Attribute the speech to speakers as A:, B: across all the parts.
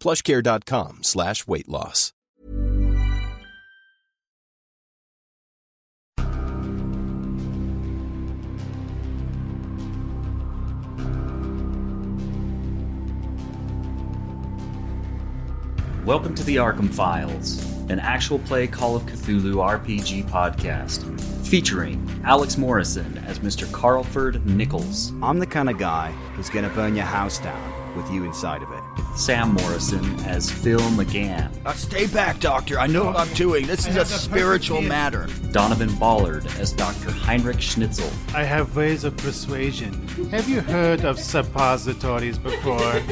A: plushcare.com slash weight loss.
B: Welcome to the Arkham Files, an actual play Call of Cthulhu RPG podcast featuring Alex Morrison as Mr. Carlford Nichols,
C: I'm the kind of guy who's going to burn your house down with you inside of it.
B: Sam Morrison as Phil McGann,
C: stay back, Doctor. I know what I'm doing. This is a spiritual matter.
B: Donovan Ballard as Dr. Heinrich Schnitzel,
D: I have ways of persuasion. Have you heard of suppositories before?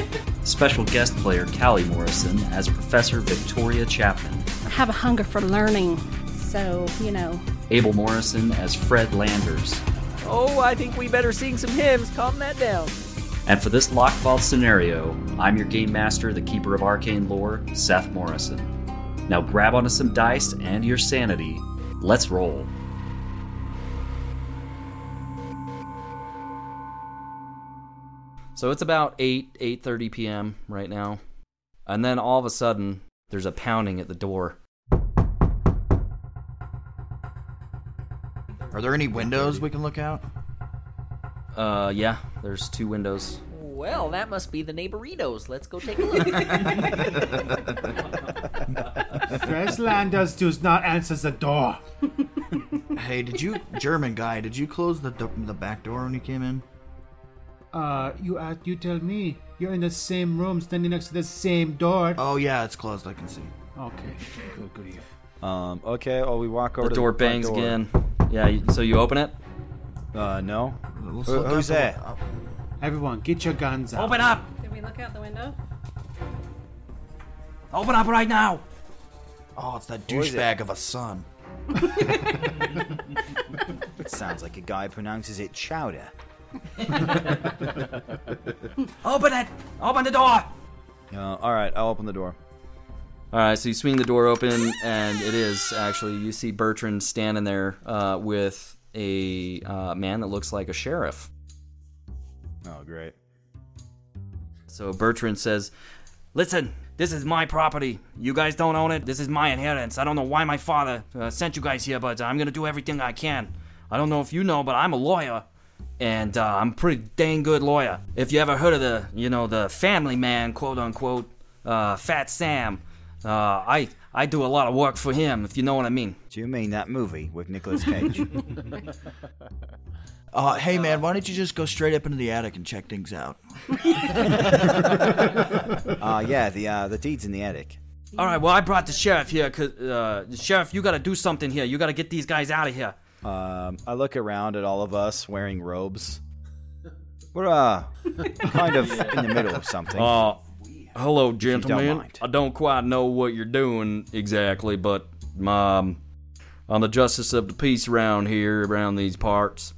B: special guest player Callie Morrison as Professor Victoria Chapman,
E: I have a hunger for learning. So, you know,
B: Abel Morrison as Fred Landers.
F: Oh, I think we better sing some hymns. Calm that down.
B: And for this Lockvault scenario, I'm your game master, the keeper of arcane lore, Seth Morrison. Now grab onto some dice and your sanity. Let's roll.
G: So it's about 8 8:30 p.m. right now. And then all of a sudden, there's a pounding at the door.
C: Are there any windows we can look out?
G: Uh yeah, there's two windows.
F: Well, that must be the neighborinos. Let's go take a look.
D: Freslanders does not answer the door.
C: Hey, did you, German guy, did you close the, do- the back door when you came in?
D: Uh, you uh, you tell me. You're in the same room, standing next to the same door.
C: Oh, yeah, it's closed. I can see.
D: Okay, good grief.
H: Um, okay, well, we walk
G: The
H: over to
G: door
H: the front
G: bangs
H: door.
G: again. Yeah, you- so you open it?
H: Uh, no.
C: Let's
H: Who-
C: look out
H: who's
C: the-
H: that?
C: uh,
D: Everyone, get your guns out.
B: Open up!
E: did we look out the window?
B: Open up right now!
C: Oh, it's that
H: Who is it?
C: douchebag of a son.
H: It sounds like a guy pronounces it chowder.
B: Open it! Open the door!
H: Uh, all right, I'll open the door.
G: All right, so you swing the door open, and it is actually you see Bertrand standing there uh, with a uh, man that looks like a sheriff.
H: Oh, great.
G: So Bertrand says, "Listen, this is my property. You guys don't own it. This is my inheritance. I don't know why my father uh, sent you guys here, but I'm gonna do everything I can. I don't know if you know, but I'm a lawyer, and uh, I'm a pretty dang good lawyer. If you ever heard of the, you know, the family man, quote unquote, uh, Fat Sam, uh, I I do a lot of work for him, if you know what I mean."
H: Do you mean that movie with Nicolas Cage?
C: Uh, hey, man, why don't you just go straight up into the attic and check things out?
H: uh, yeah, the uh, the deeds in the attic.
G: All right, well, I brought the sheriff here, cause uh, sheriff, you gotta do something here. You gotta get these guys out of here.
H: Um, I look around at all of us wearing robes. We're uh, kind of in the middle of something.
B: Oh,
G: Uh, hello,
H: don't
G: gentlemen.
H: mind.
G: I don't quite know what you're doing exactly, but um, I'm the justice of the peace around here, around these parts,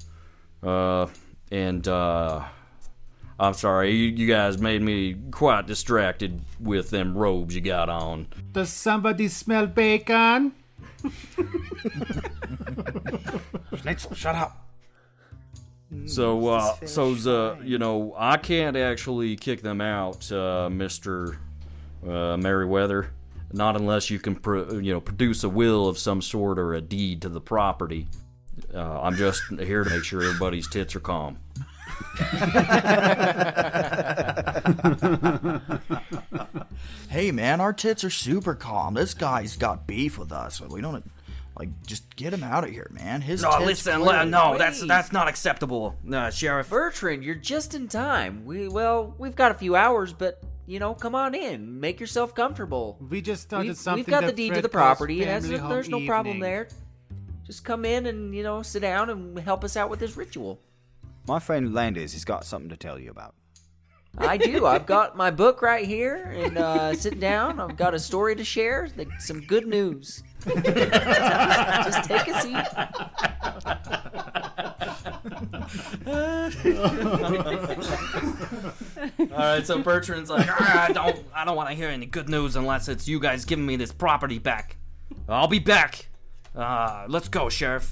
G: uh, and uh,
B: I'm sorry, you, you guys made me quite distracted with them robes you got on.
D: Does somebody smell bacon?
E: Schnitzel, shut up.
B: So, uh, so uh, you know, I can't actually kick them out, uh, Mister uh, Merriweather. Not unless you can, pro- you know, produce a will of some sort or a deed to the property. Uh, I'm just here to make sure everybody's tits are calm.
E: hey man, our tits are super calm. This guy's got beef with us. We don't like just get him out of here, man. His
I: No,
E: tits
I: listen,
E: clear.
I: le- no, that's that's not acceptable, uh, Sheriff.
F: Bertrand, you're just in time. We well, we've got a few hours, but you know, come on in, make yourself comfortable.
D: We just started
F: we've,
D: something
F: We've got
D: that
F: the deed to
D: Fred
F: the
D: calls
F: property. It has-
D: family home
F: there's no problem
D: evening.
F: there. Just come in and you know sit down and help us out with this ritual.
H: My friend Landis has got something to tell you about.
F: I do. I've got my book right here, and uh, sit down. I've got a story to share. like, Some good news. Just take a seat.
B: All right, so Bertrand's like, "Ah, I don't, I don't want to hear any good news unless it's you guys giving me this property back. I'll be back. Uh, let's go, Sheriff.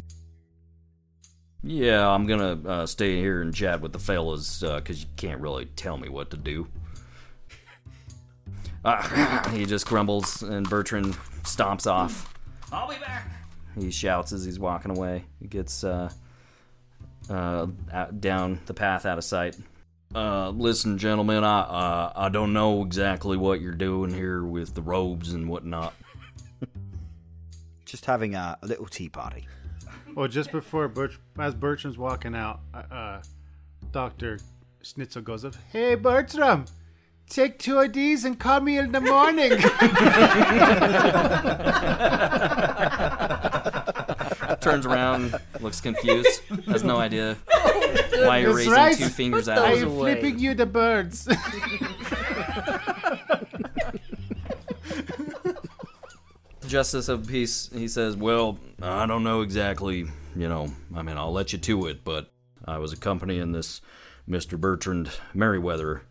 B: Yeah, I'm gonna uh, stay here and chat with the fellas uh 'cause you can't really tell me what to do. Uh, he just grumbles, and Bertrand stomps off.
I: I'll be back.
B: He shouts as he's walking away. He gets uh, uh, out, down the path out of sight. Uh, listen, gentlemen, I uh, I don't know exactly what you're doing here with the robes and whatnot.
H: Just having a little tea party.
D: Or just before Bert, as Bertram's walking out, uh, uh, Doctor Schnitzel goes up. Hey Bertram, take two of these and call me in the morning.
B: Turns around, looks confused, has no idea why you're
D: That's
B: raising
D: right.
B: two fingers
D: Put
B: out.
D: those I am away. flipping you the birds.
B: Justice of Peace, he says, Well, I don't know exactly, you know, I mean, I'll let you to it, but I was accompanying this Mr. Bertrand Merriweather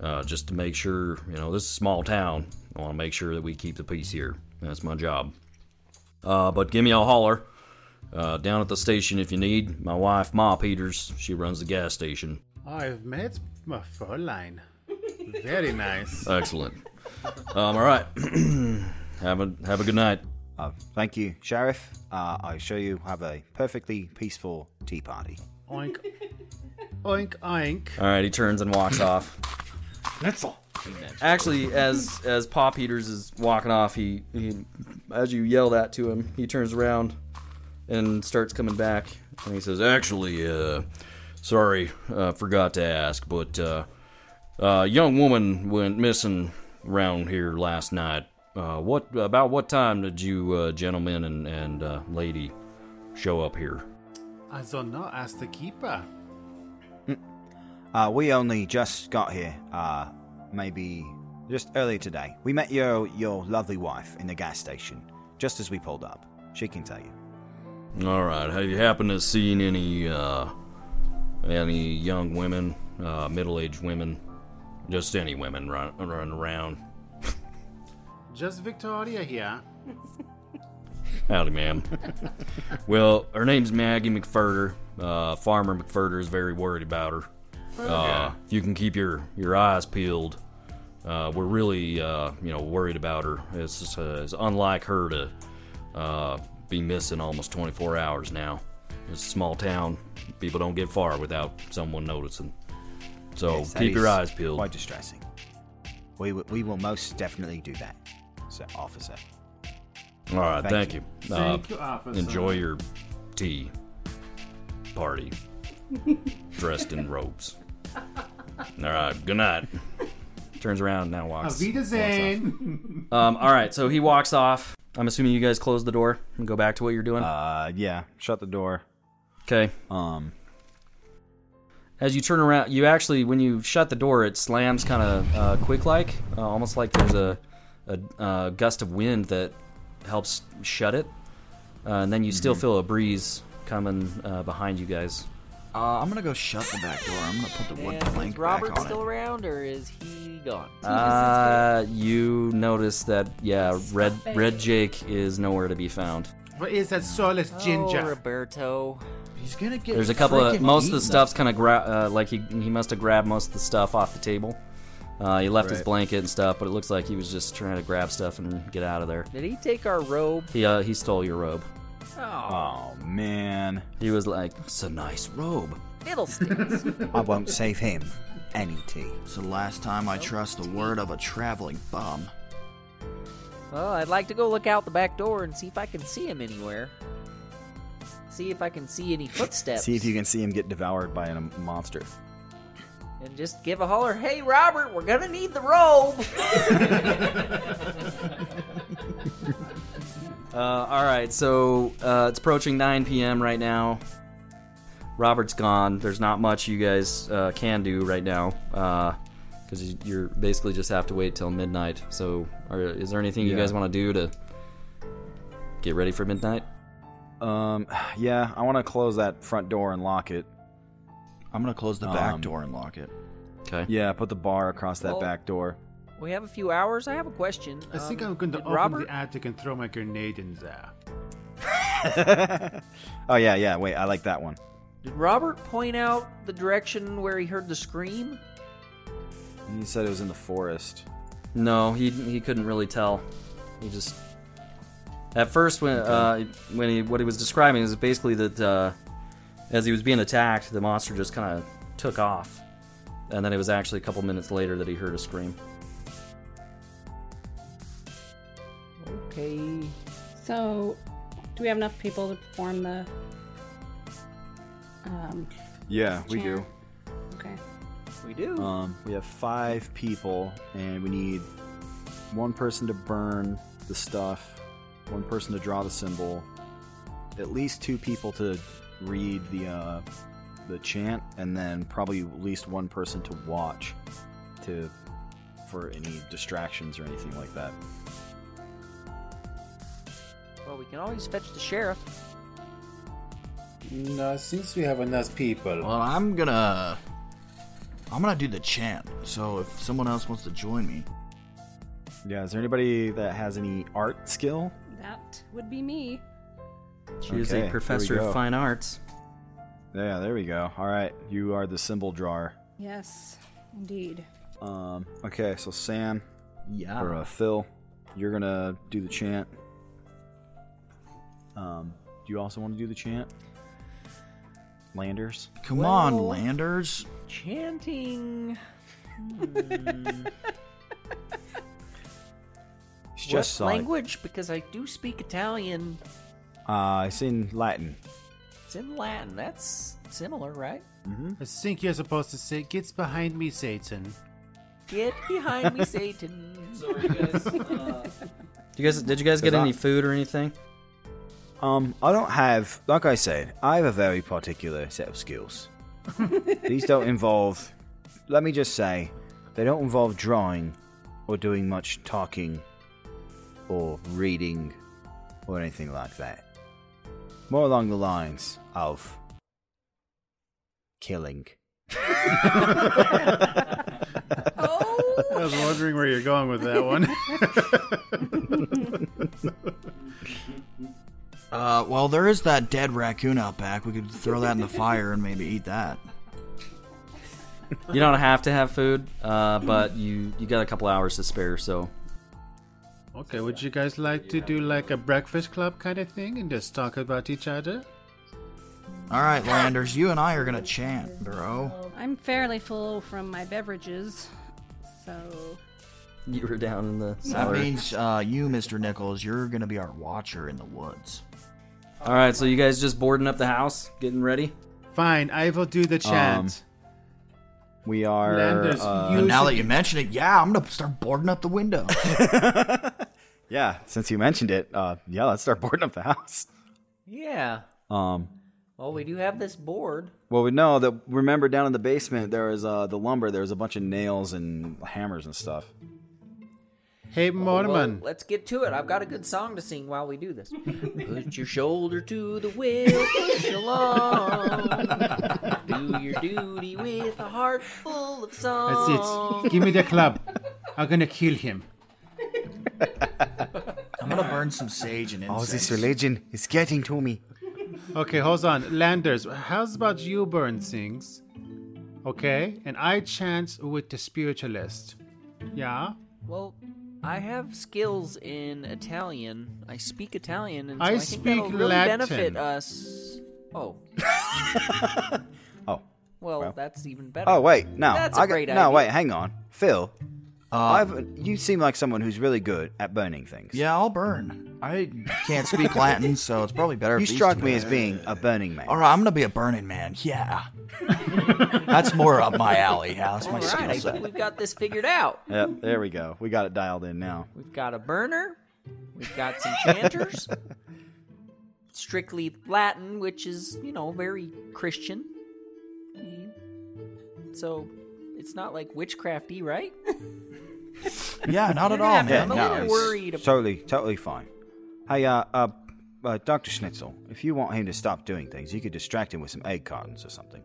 B: uh, just to make sure, you know, this is a small town. I want to make sure that we keep the peace here. That's my job. Uh, but give me a holler uh, down at the station if you need. My wife, Ma Peters, she runs the gas station.
D: I've met my Fräulein. Very nice.
B: Excellent. um, all right. have a have a good night.
H: Uh, thank you, Sheriff. Uh, I assure you have a perfectly peaceful tea party.
D: Oink, oink, oink.
B: All right, he turns and walks off.
D: Schnitzel.
B: Actually, as as Pop Peters is walking off, he, he as you yell that to him, he turns around and starts coming back, and he says, "Actually, uh, sorry, uh, forgot to ask, but uh, uh, young woman went missing around here last night. Uh, what about what time did you uh, gentlemen and and uh, lady show up here?"
D: I don't know. Ask the keeper.
H: Uh, we only just got here, uh, maybe just earlier today. We met your your lovely wife in the gas station just as we pulled up. She can tell you.
B: All right. Have you happened to seen any uh, any young women, uh, middle-aged women, just any women run, running around?
D: Just Victoria here.
B: Howdy, ma'am. well, her name's Maggie McFurter. Uh, Farmer McFurter is very worried about her.
H: Oh,
B: Uh, if you can keep your your eyes peeled, uh, we're really uh, you know worried about her. It's just, uh, it's unlike her to uh, be missing almost 24 hours now. It's a small town. People don't get far without someone noticing. So
H: Yes, that
B: keep your
H: is
B: eyes peeled.
H: Quite distressing. We w- we will most definitely do that, so officer.
B: All right,
H: Thank
B: thank,
H: you.
B: you. Uh,
H: Thank you, officer.
B: Enjoy your tea party, dressed in robes. All right, good night. Turns around now walks.
D: Avita Zane.
B: Um, all right, so he walks off. I'm assuming you guys close the door and go back to what you're doing.
H: Uh, yeah, shut the door.
B: Okay.
H: Um,
B: as you turn around, you actually when you shut the door, it slams kind of uh, quick like, uh, almost like there's a, a uh, gust of wind that helps
C: Mm-hmm.
B: shut it, uh, and then you still feel a breeze coming uh, behind you guys.
C: Uh, I'm gonna go shut the back door. I'm gonna put the wood
F: And
C: plank
F: is Robert
C: back on
F: still
C: it.
F: around, or is he gone?
B: Uh, you notice that yeah, red
F: Stop it.
B: red Jake is nowhere to be found.
D: What is that soulless ginger?
F: Oh, Roberto.
C: He's gonna get.
B: There's a couple of most of the stuff's kind of gra- uh, like he he must have grabbed most of the stuff off the table. Uh, he left his
F: Right.
B: blanket and stuff, but it looks like he was just trying to grab stuff and get out of there.
F: Did he take our robe?
B: He uh, he stole your robe.
F: Oh.
B: man, he was like, "It's a nice robe."
F: Fiddlesticks.
H: I won't save him. Any tea.
C: It's the last time I trust the word of a traveling bum.
F: well, I'd like to go look out the back door and see if I can see him anywhere. See if I can see any footsteps.
H: See if you can see him get devoured by a monster.
F: And just give a holler, hey, Robert, we're gonna need the robe!
B: Uh, all right, so uh, it's approaching 9 p.m. right now. Robert's gone. There's not much you guys uh, can do right now because you you're basically just have to wait till midnight. So, are, is there anything you
H: Yeah.
B: guys want to do to get ready for midnight?
H: Um, yeah, I want to close that front door and lock it. Um,
C: I'm gonna close the back door and lock it.
B: Okay.
H: Yeah, put the bar across that
F: Well-
H: back door.
F: we have a few hours. I have a question.
D: I think
F: Um,
D: I'm going to
F: did
D: open
F: Robert.
D: the attic and throw my grenade in there.
H: Oh yeah, yeah. Wait, I like that one.
F: Did Robert point out the direction where he heard the scream?
H: You said it was in the forest.
B: No, he he couldn't really tell. He just at first when uh, when he what he was describing is basically that uh, as he was being attacked, the monster just kind of took off, and then it was actually a couple minutes later that he heard a scream.
F: Okay.
E: So, do we have enough people to perform the? Um,
H: Yeah, we do.
E: okay.
F: We do.
H: Um, we have five people, and we need one person to burn the stuff, one person to draw the symbol, at least two people to read the uh, the chant, and then probably at least one person to watch to for any distractions or anything like that.
F: Well, we can always fetch the sheriff.
J: No, since we have enough people.
C: Well, I'm gonna. I'm gonna do the chant. So if someone else wants to join me,
H: Yeah, is there anybody that has any art skill?
E: That would be me.
B: She is a
H: Okay, here we
B: professor
H: go.
B: of fine arts.
H: Yeah, there we go. All right, you are the symbol drawer.
E: Yes, indeed.
H: Um, okay, so Sam,
E: Yeah.
H: or uh, Phil, you're gonna do the chant. Um, do you also want to do the chant, Landers?
C: come on,
F: Well-
C: Landers.
F: Chanting.
D: Hmm.
H: It's just
F: what
H: Sonic.
F: language? Because I do speak Italian.
H: Uh, it's in Latin.
F: It's in Latin. That's similar, right?
B: Mm-hmm.
D: I think you're supposed to say, "Gets behind me, Satan."
F: Get behind me, Satan. Sorry, guys.
D: Uh,
B: Do you guys did you guys get
H: Is that-
B: any food or anything?
H: Um, I don't have, like I said, I have a very particular set of skills. These don't involve, let me just say, they don't involve drawing or doing much talking or reading or anything like that. More along the lines of killing.
D: I was wondering where you're going with that one.
C: Uh, well, there is that dead raccoon out back. We could throw that in the fire and maybe eat that.
B: You don't have to have food, uh, but you you got a couple hours to spare, so
D: okay, would you guys like to do like a breakfast club kind of thing and just talk about each other?
C: All right, Landers, you and I are gonna chant, bro.
E: I'm fairly full from my beverages, so
B: you were down in the
C: That
B: cellar.
C: means uh, you, Mr. Nichols, you're gonna be our watcher in the woods.
B: All right, so you guys just boarding up the house, getting ready.
D: Fine, I will do
B: um,
D: the chant.
H: Um, We are.
D: Landers,
H: uh,
C: And now that you mention it, yeah, I'm gonna start boarding up the window.
H: yeah, since you mentioned it, uh, yeah, let's start boarding up the house.
F: yeah.
H: Um,
F: Well, we do have this board.
H: Well, we know that. Remember, down in the basement, there was uh, the lumber. There was a bunch of nails and hammers and stuff.
D: Hey,
F: Oh, Well,
D: Mormon.
F: let's get to it. I've got a good song to sing while we do this. Put your shoulder to the wheel, push along. Do your duty with a heart full of
D: That's
F: song.
D: it. Give me the club. I'm gonna kill him.
C: I'm gonna burn some sage and
H: Oh,
D: All
C: incense.
D: this
H: religion is getting to me.
D: Okay, hold on. Landers, how's about you burn things? Okay? And I chant with the spiritualist. Yeah?
F: Well, I have skills in Italian. I speak Italian, and so
D: I
F: I, think that'll
D: speak
F: really
D: Latin.
F: benefit us. Oh.
H: Oh.
F: Well,
H: Well.
F: that's even better.
H: Oh wait, no,
F: That's
H: I
F: a
H: got-
F: great idea.
H: No, wait, hang on, Phil.
D: Um,
H: I've, you seem like someone who's really good at burning things.
C: Yeah, I'll burn. I can't speak Latin, so it's probably better.
H: You
C: if these
H: struck
C: two
H: me
C: are-
H: as being a burning man.
C: All right, I'm gonna be a burning man. Yeah, that's more up my alley. Yeah, that's my
F: All right,
C: skill
F: I think
C: set.
F: we've got this figured out.
H: Yep, there we go. We got it dialed in now.
F: We've got a burner. We've got some chanters. Strictly Latin, which is, you know, very Christian. So it's not like witchcrafty, right?
C: Yeah, not at all,
F: Yeah,
C: man.
F: I'm a
C: No,
F: little
C: it's-
F: worried about-
H: Totally, totally fine. Hey, uh, uh, uh, Doctor Schnitzel, if you want him to stop doing things, you could distract him with some egg cartons or something.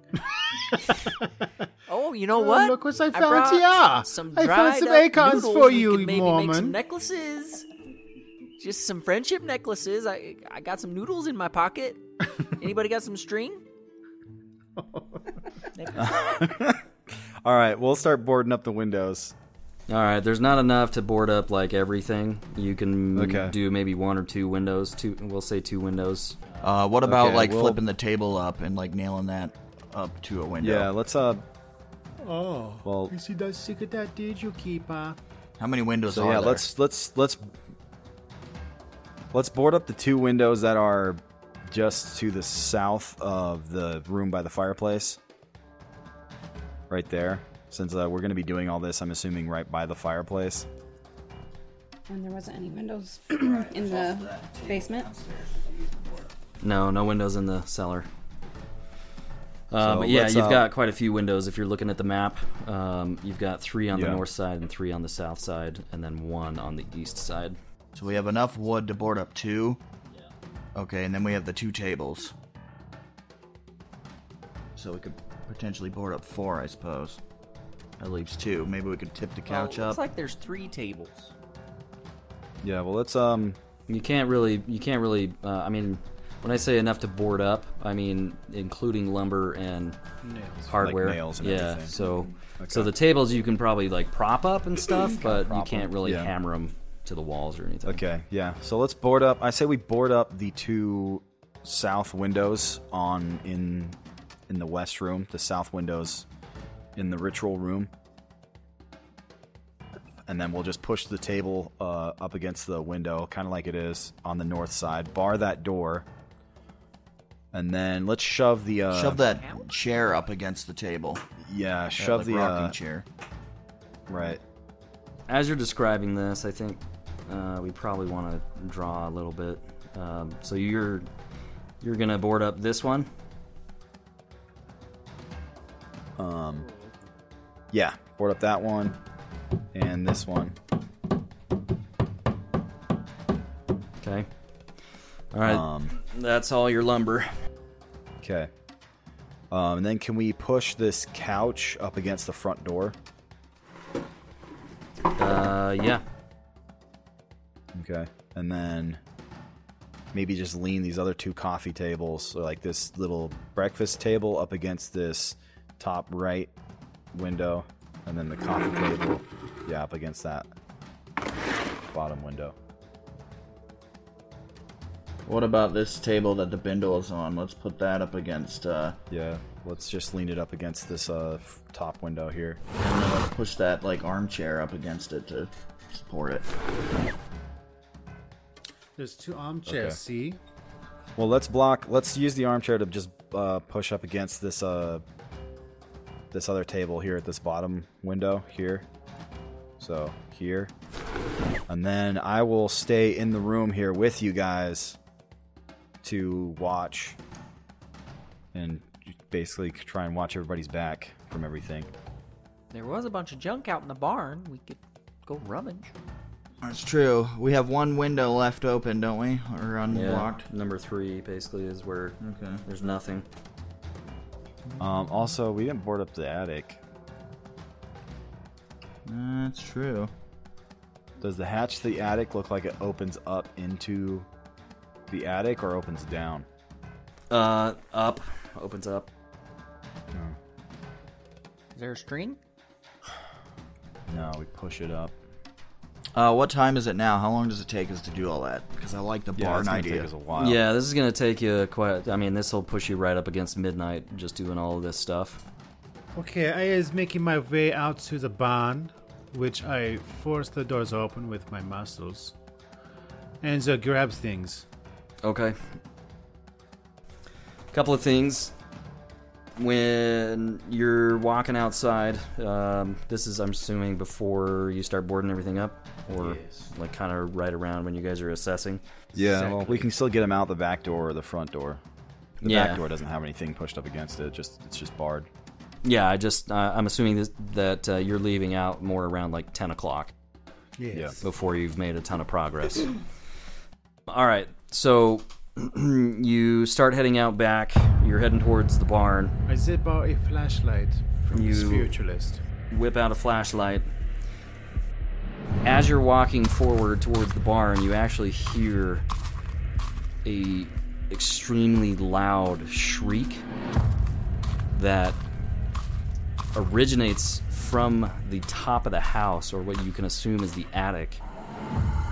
F: Oh, you know
D: Oh,
F: what?
D: look what I found
F: brought
D: here.
F: Some
D: I found
F: dried
D: some
F: up
D: acorns
F: noodles.
D: for
F: We
D: you,
F: could maybe Make
D: Mormon.
F: some necklaces. Just some friendship necklaces. I I got some noodles in my pocket. Anybody got some string?
H: All right, we'll start boarding up the windows.
B: All right, there's not enough to board up like everything. You can
H: Okay.
B: do maybe one or two windows. Two, we'll say two windows.
C: Uh, what about like flipping the table up and like nailing that up to a window?
H: Yeah, let's uh.
D: Oh.
H: Well,
D: You see that secret that did you keep, huh?
C: How many windows
H: so
C: are
H: yeah,
C: there?
H: let's let's let's let's board up the two windows that are just to the south of the room by the fireplace. Right there, since uh, we're going to be doing all this, I'm assuming right by the fireplace.
E: And there wasn't any windows in the basement.
B: No, no windows in the cellar. Um,
H: So
B: yeah,
H: let's,
B: you've
H: uh,
B: got quite a few windows if you're looking at the map. Um, you've got three on the
C: Yeah.
B: north side and three on the south side, and then one on the east side.
C: So we have enough wood to board up two. Okay, and then we have the two tables. So we could potentially board up four, I suppose. That leaves two. Maybe we could tip the couch
F: Well,
B: Oh,
C: up.
F: Oh, Looks like there's three tables.
H: Yeah, well, let's um.
B: You can't really, you can't really. Uh, I mean, when I say enough to board up, I mean including lumber and
H: Nails.
B: hardware,
H: Like nails and
B: yeah.
H: everything.
B: So,
H: Okay.
B: so the tables you can probably like prop up and stuff,
H: Kinda
B: but you
H: prop
B: can't
H: up,
B: really
H: yeah.
B: hammer them to the walls or anything.
H: Okay, yeah. So let's board up. I say we board up the two south windows on in in the west room, the south windows in the ritual room. And then we'll just push the table uh, up against the window, kind of like it is on the north side. Bar that door, and then let's shove the uh,
C: Shove that chair up against the table.
H: Yeah,
C: That,
H: shove
C: like,
H: the
C: rocking
H: uh,
C: chair.
H: Right.
B: As you're describing this, I think uh, we probably want to draw a little bit. Um, so you're you're gonna board up this one.
H: Um, yeah, board up that one and this one.
B: Okay. All right.
H: Um,
B: That's all your lumber.
H: Okay. Um, and then can we push this couch up against the front door?
B: Uh, yeah.
H: Okay. And then maybe just lean these other two coffee tables, so like this little breakfast table up against this top right window, and then the coffee table, yeah, up against that bottom window.
C: What about this table that the bindle is on? Let's put that up against. Uh,
H: yeah, let's just lean it up against this uh, f- top window here.
C: And then let's push that like armchair up against it to support it.
D: There's two armchairs,
H: Okay.
D: see?
H: Well, let's block. Let's use the armchair to just uh, push up against this uh, this other table here at this bottom window here. So here, and then I will stay in the room here with you guys to watch and basically try and watch everybody's back from everything.
F: There was a bunch of junk out in the barn. We could go rummage.
C: That's true. We have one window left open, don't we? Or
B: Yeah,
C: unblocked.
B: number three basically is where there's nothing.
H: Um, also, we didn't board up the attic.
C: That's true.
H: Does the hatch to the attic look like it opens up into the attic or opens down?
B: Uh, up. Opens up.
F: Is there a string?
H: No, we push it up.
C: Uh, what time is it now? How long does it take us to do all that? Because I like the
H: Yeah,
C: barn
H: it's gonna
C: idea.
H: take us a while.
B: Yeah, this is gonna take you quite. I mean, this will push you right up against midnight just doing all of this stuff.
D: Okay, I is making my way out to the barn, which I force the doors open with my muscles, and so grabs things.
B: Okay. Couple of things. When you're walking outside, um, this is, I'm assuming, before you start boarding everything up, or like kind of right around when you guys are assessing.
H: well, we can still get them out the back door or the front door. The
B: Yeah.
H: back door doesn't have anything pushed up against it. Just it's just barred.
B: Yeah, I just uh, I'm assuming this, that uh, you're leaving out more around like 10 o'clock.
D: Yes. Yeah.
B: Before you've made a ton of progress. All right, so you start heading out back. You're heading towards the barn.
D: I zip out a flashlight from the spiritualist.
B: Whip out a flashlight. As you're walking forward towards the barn, you actually hear a extremely loud shriek that originates from the top of the house or what you can assume is the attic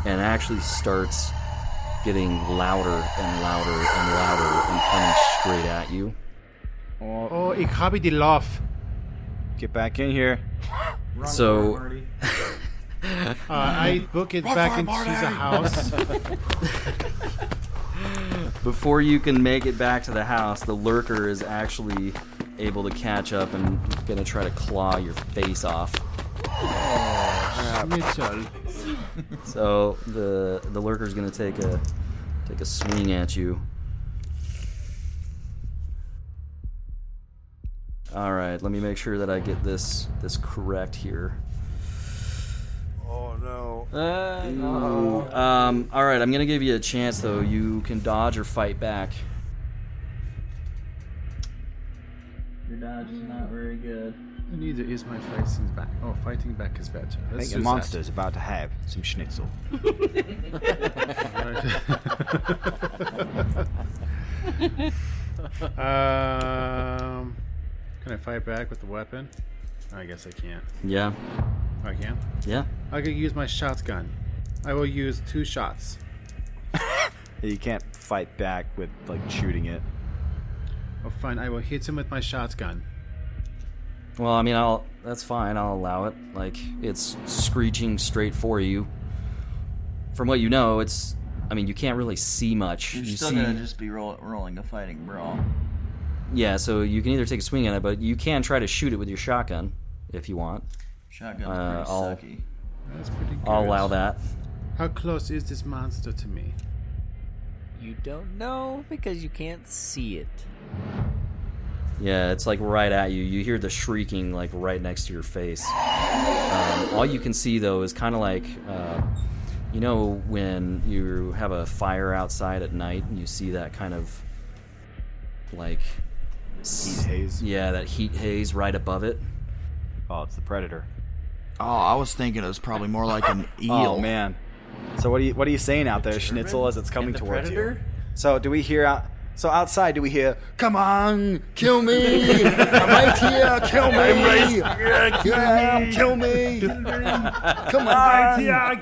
B: and actually starts getting louder and louder and louder and coming straight at you.
D: Oh, ich habe die Lauf.
H: Get back in here.
B: So
D: Uh, I book it
K: Run
D: back
K: for it,
D: into
K: Marty!
D: the house.
B: before you can make it back to the house, the lurker is actually able to catch up and gonna try to claw your face off.
D: Mitchell.
B: So the the lurker's gonna take a take a swing at you. All right, let me make sure that I get this this correct here.
L: Oh no.
F: Uh,
B: Um, all right, I'm gonna give you a chance though. You can dodge or fight back. Your dodge is not very good.
D: Neither is my fighting back. Oh, fighting back is better.
H: I think the monster's about to have some schnitzel.
D: um, can I fight back with the weapon? I guess I can.
B: Yeah.
D: I can.
B: Yeah.
D: I could use my shotgun. I will use two shots.
H: You can't fight back with like shooting it.
D: Oh, fine. I will hit him with my shotgun.
B: Well, I mean, I'll that's fine. I'll allow it. Like it's screeching straight for you. From what you know, it's. I mean, you can't really see much.
C: You're
B: you
C: still
B: see,
C: gonna just be roll- rolling a fighting brawl.
B: yeah. So you can either take a swing at it, but you can try to shoot it with your shotgun if you want.
C: Shotgun's
B: Uh,
C: pretty
B: I'll,
C: sucky.
D: That's pretty good.
B: I'll allow that.
D: How close is this monster to me?
F: You don't know because you can't see it.
B: Yeah, it's like right at you. You hear the shrieking like right next to your face. Um, all you can see though is kind of like, uh, you know, when you have a fire outside at night and you see that kind of like heat haze. Yeah, that heat haze right above it.
H: Oh, it's the predator.
C: Oh, I was thinking it was probably more like an eel.
H: Oh man. So what are you what are you saying out there, Schnitzel, as it's coming
C: the
H: towards you?
C: Predator?
H: So do we hear out? So outside, do we hear? Come on, kill me!
K: I'm right here. Kill me.
H: I'm right
K: here. Kill me. Kill me. Come on.
D: Right
K: here. Ah,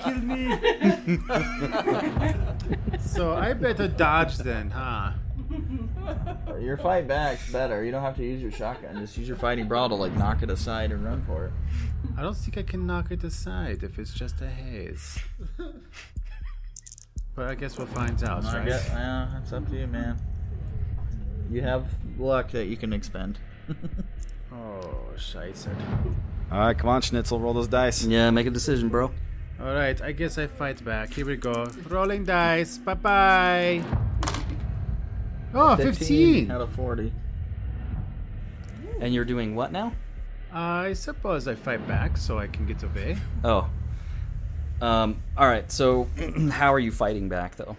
K: Kill me.
D: So I better dodge then, huh?
C: Your fight back's better. You don't have to use your shotgun. Just use your fighting brawl to like knock it aside and run for it.
D: I don't think I can knock it aside if it's just a haze. But I guess we'll find out,
C: I
D: right?
C: guess- yeah, that's up to you, man. You have luck that you can expend.
D: oh, shite.
H: All right, come on, Schnitzel, roll those dice.
B: Yeah, make a decision, bro.
D: All right, I guess I fight back. Here we go. Rolling dice. Bye bye. Oh, 15.
C: out of forty.
B: And you're doing what now?
D: I suppose I fight back so I can get away.
B: Oh. Um, all right. So, how are you fighting back, though?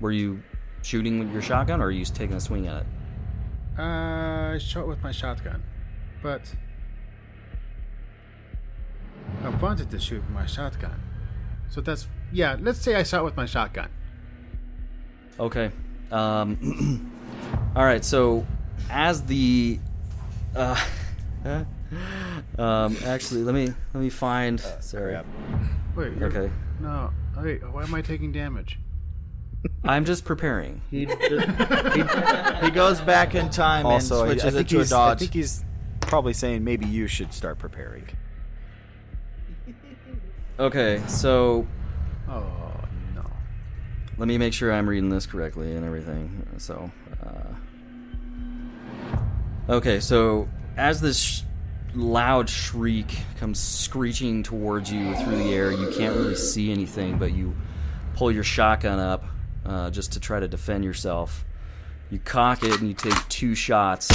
B: Were you shooting with your shotgun, or are you taking a swing at it?
D: Uh, I shot with my shotgun, but I wanted to shoot with my shotgun. So that's yeah. Let's say I shot with my shotgun.
B: Okay. Um, all right. So, as the uh, um, actually, let me let me find.
C: Uh,
B: sorry.
D: Wait. you're-
B: Okay.
D: No. Wait. Why am I taking damage?
B: I'm just preparing.
C: He, he goes back in time
H: also,
C: and
H: I- I,
C: switches
H: think
C: it to a
H: he's- I
C: dodge.
H: think he's probably saying maybe you should start preparing.
B: Okay. So,
D: Oh no.
B: let me make sure I'm reading this correctly and everything. So, uh, okay, so as this sh- loud shriek comes screeching towards you through the air, you can't really see anything, but you pull your shotgun up uh, just to try to defend yourself. You cock it and you take two shots.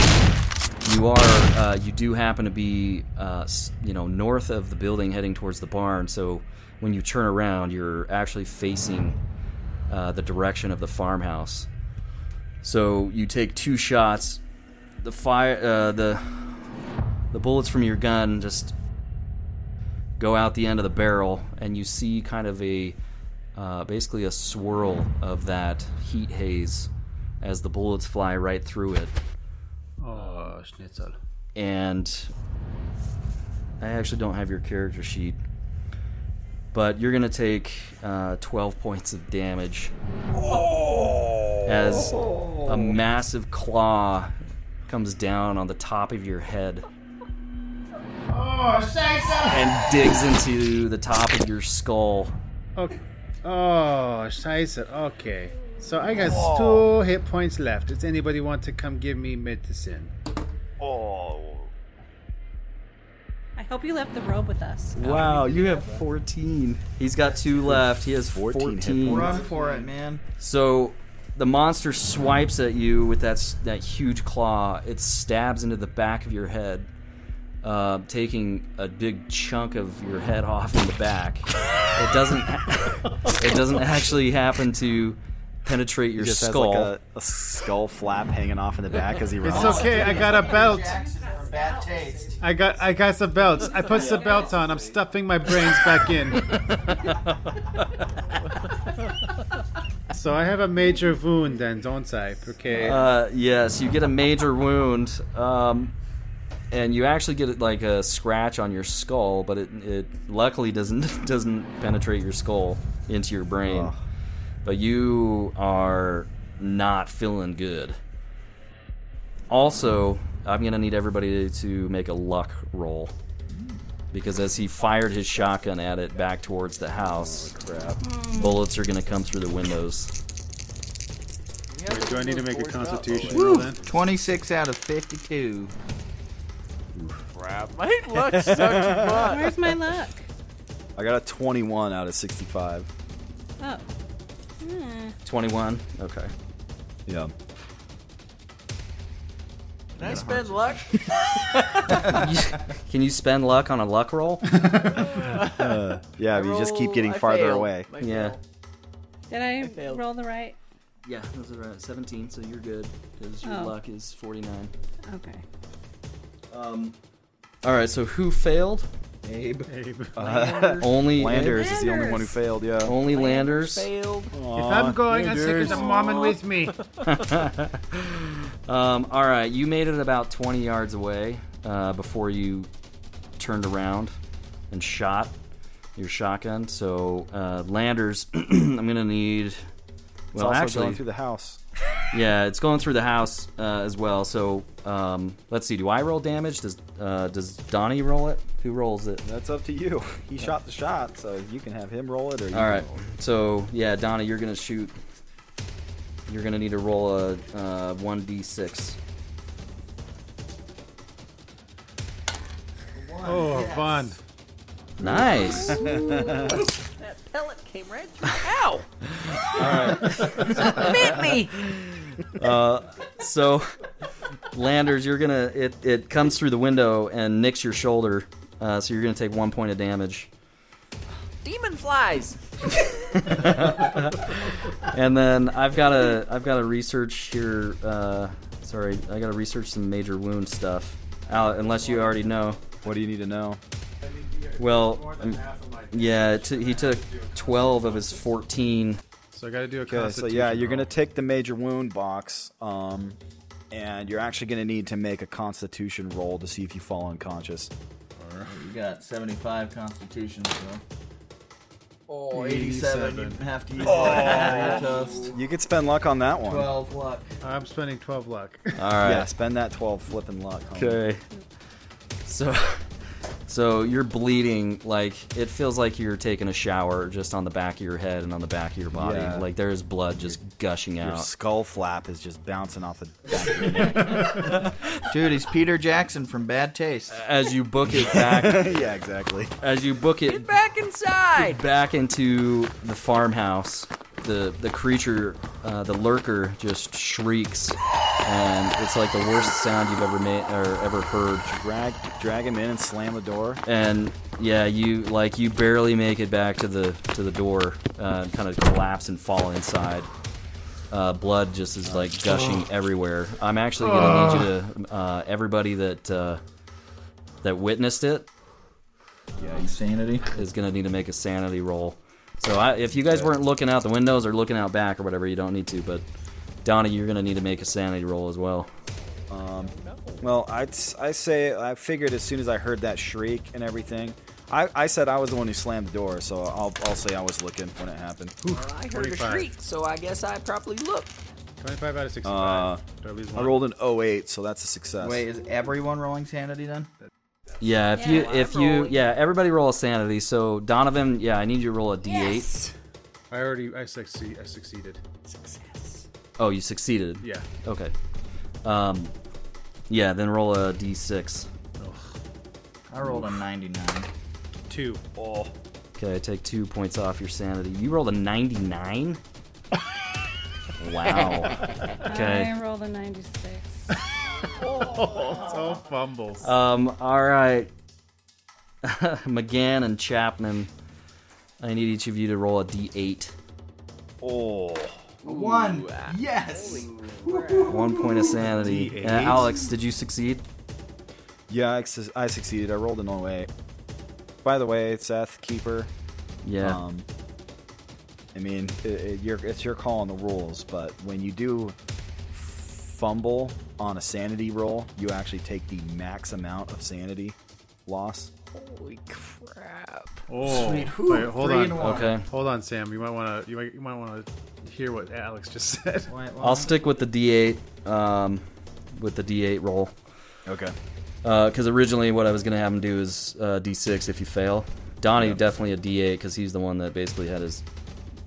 B: You are, uh, you do happen to be, uh, s- you know, north of the building, heading towards the barn. So when you turn around, you're actually facing uh, the direction of the farmhouse. So you take two shots. The fire, uh, the the bullets from your gun just go out the end of the barrel, and you see kind of a uh, basically a swirl of that heat haze as the bullets fly right through it.
D: Oh, Schnitzel.
B: And I actually don't have your character sheet, but you're gonna take uh, 12 points of damage as a massive claw comes down on the top of your head
D: Oh, Scheiße!
B: and digs into the top of your skull.
D: Okay. Oh, Scheiße. Okay. So I got two hit points left. Does anybody want to come give me medicine?
L: Oh.
E: I hope you left the robe with us.
B: Wow, Oh, you have 14. He's got two left. He has 14.
C: Run for it, man.
B: So the monster swipes at you with that s- that huge claw. It stabs into the back of your head, uh, taking a big chunk of your head off in the back. It doesn't. it doesn't actually happen to penetrate your
H: he just
B: skull.
H: has like a, a skull flap hanging off in the back as he runs.
D: It's okay. I got a belt.
C: Bad taste.
D: I got I got the belts. I put the belts on. I'm stuffing my brains back in. so I have a major wound then, don't I? Okay.
B: Uh, yes, you get a major wound, um, and you actually get like a scratch on your skull, but it, it luckily doesn't doesn't penetrate your skull into your brain. But you are not feeling good. Also, I'm gonna need everybody to make a luck roll because as he fired his shotgun at it back towards the house, bullets are gonna come through the windows.
D: do I need to make a constitution
C: Woo.
D: roll then?
C: 26 out of 52.
L: Crap. My luck sucks much.
E: Where's my luck?
H: I got a 21 out of 65.
E: Oh. Hmm.
B: 21. Okay.
H: Yeah.
F: Can I spend luck?
B: Can you spend luck on a luck roll?
H: Uh, yeah, you just keep getting farther away.
B: yeah.
E: Did I, roll the right?
B: Yeah, those are at 17, so you're good because
E: Oh.
B: is 49.
E: Okay.
B: Um, All right, so who failed?
C: Abe.
D: Abe.
B: Uh, only
H: Landers is the only one who failed. Yeah.
B: Only Landers.
F: Failed.
D: If I'm going, I'm taking the woman with me.
B: um, all right, you made it about 20 yards away uh, before you turned around and shot your shotgun. So, uh, Landers, I'm going to need.
H: It's
B: Well,
H: also
B: actually,
H: going through the house.
B: yeah, it's going through the house uh, as well. So um, let's see. Do I roll damage? Does uh, does Donnie roll it? Who rolls it?
H: That's up to you. He shot the shot, so you can have him roll it, or you
B: All right.
H: can
B: So yeah, Donnie, you're gonna shoot. You're gonna need to roll a uh, one d six.
D: Oh, fun.
B: Nice.
F: that pellet came right through. Ow!
B: Bit
F: Bit me.
B: Uh, so, Landers, you're gonna it it comes through the window and nicks your shoulder. Uh, so you're gonna take one point of damage.
F: demon flies.
B: and then I've got to I've got to research your uh, sorry I got to research some major wound stuff. Al, unless you already know. What do you need to know? Well, um, yeah, t- he took twelve of his fourteen.
D: So I got to do a
H: Okay, so
D: constitution.
H: yeah, you're
D: roll.
H: gonna take the major wound box, um, and you're actually gonna need to make a Constitution roll to see if you fall unconscious.
M: You got 75 constitution, so.
F: Oh,
M: 87. You have to use
H: Oh.
M: that. Toast.
H: You could spend luck on that one.
M: 12 luck.
D: I'm spending 12 luck.
H: Uh,
B: All right.
H: Yeah, spend that twelve flipping luck. homie.
B: Okay. So, so you're bleeding like it feels like you're taking a shower just on the back of your head and on the back of your body.
H: Yeah.
B: Like there's blood just gushing
H: Your
B: out.
H: skull flap is just bouncing off the back of your
C: Dude, he's Peter Jackson from Bad Taste.
B: As you book it back.
H: yeah, exactly.
B: As you book it
F: Back inside.
B: back into the farmhouse, the the creature, uh, the lurker, just shrieks, and it's like the worst sound you've ever made or ever heard.
H: Drag, drag him in and slam the door.
B: And yeah, you like you barely make it back to the to the door, uh, kind of collapse and fall inside. Uh, blood just is like gushing everywhere. I'm actually gonna need you to uh, everybody that uh, that witnessed it
M: Yeah, insanity
B: is going to need to make a sanity roll. So I, if you guys weren't looking out the windows or looking out back or whatever, you don't need to. But Donnie, you're going to need to make a sanity roll as well.
H: Um, well, I, I say I figured as soon as I heard that shriek and everything, I, I said I was the one who slammed the door, so I'll, I'll say I was looking when it happened.
F: I heard a
D: 45.
F: shriek, so I guess I probably looked.
D: 25 out of 65.
H: Uh,
D: Do I lose
H: I
D: one?
H: rolled an 08, so that's a success.
C: Wait, is everyone rolling sanity then?
B: Yeah, if you if you yeah, everybody roll a sanity. So Donovan, yeah, I need you to roll a d8.
D: I already I succeed I succeeded. Success.
B: Oh, you succeeded.
D: Yeah.
B: Okay. Um, yeah, then roll a d6.
C: I rolled a 99.
D: Two.
H: Oh.
B: Okay, take two points off your sanity. You rolled a 99. wow. Okay.
E: I rolled a 96.
D: Oh, so fumbles.
B: Um, all right. McGann and Chapman, I need each of you to roll a d8.
H: Oh.
C: One. Yes.
B: One point of sanity.
H: D8?
B: Uh, Alex, did you succeed?
H: Yeah, I, su- I succeeded. I rolled an 08. By the way, Seth, keeper.
B: Yeah.
H: Um, I mean, it, it, your- it's your call on the rules, but when you do fumble on a sanity roll, you actually take the max amount of sanity loss.
F: Holy crap.
D: Oh,
F: Sweet.
D: wait, hold
F: Three
D: on.
F: and one.
B: Okay.
D: Hold on, Sam. You might want to you might, you might want to hear what Alex just said.
B: I'll stick with the d8, um, with the d8 roll.
H: Okay.
B: Because originally, what I was going to have him do is uh, d6 if you fail. Donnie definitely a d8 because he's the one that basically had his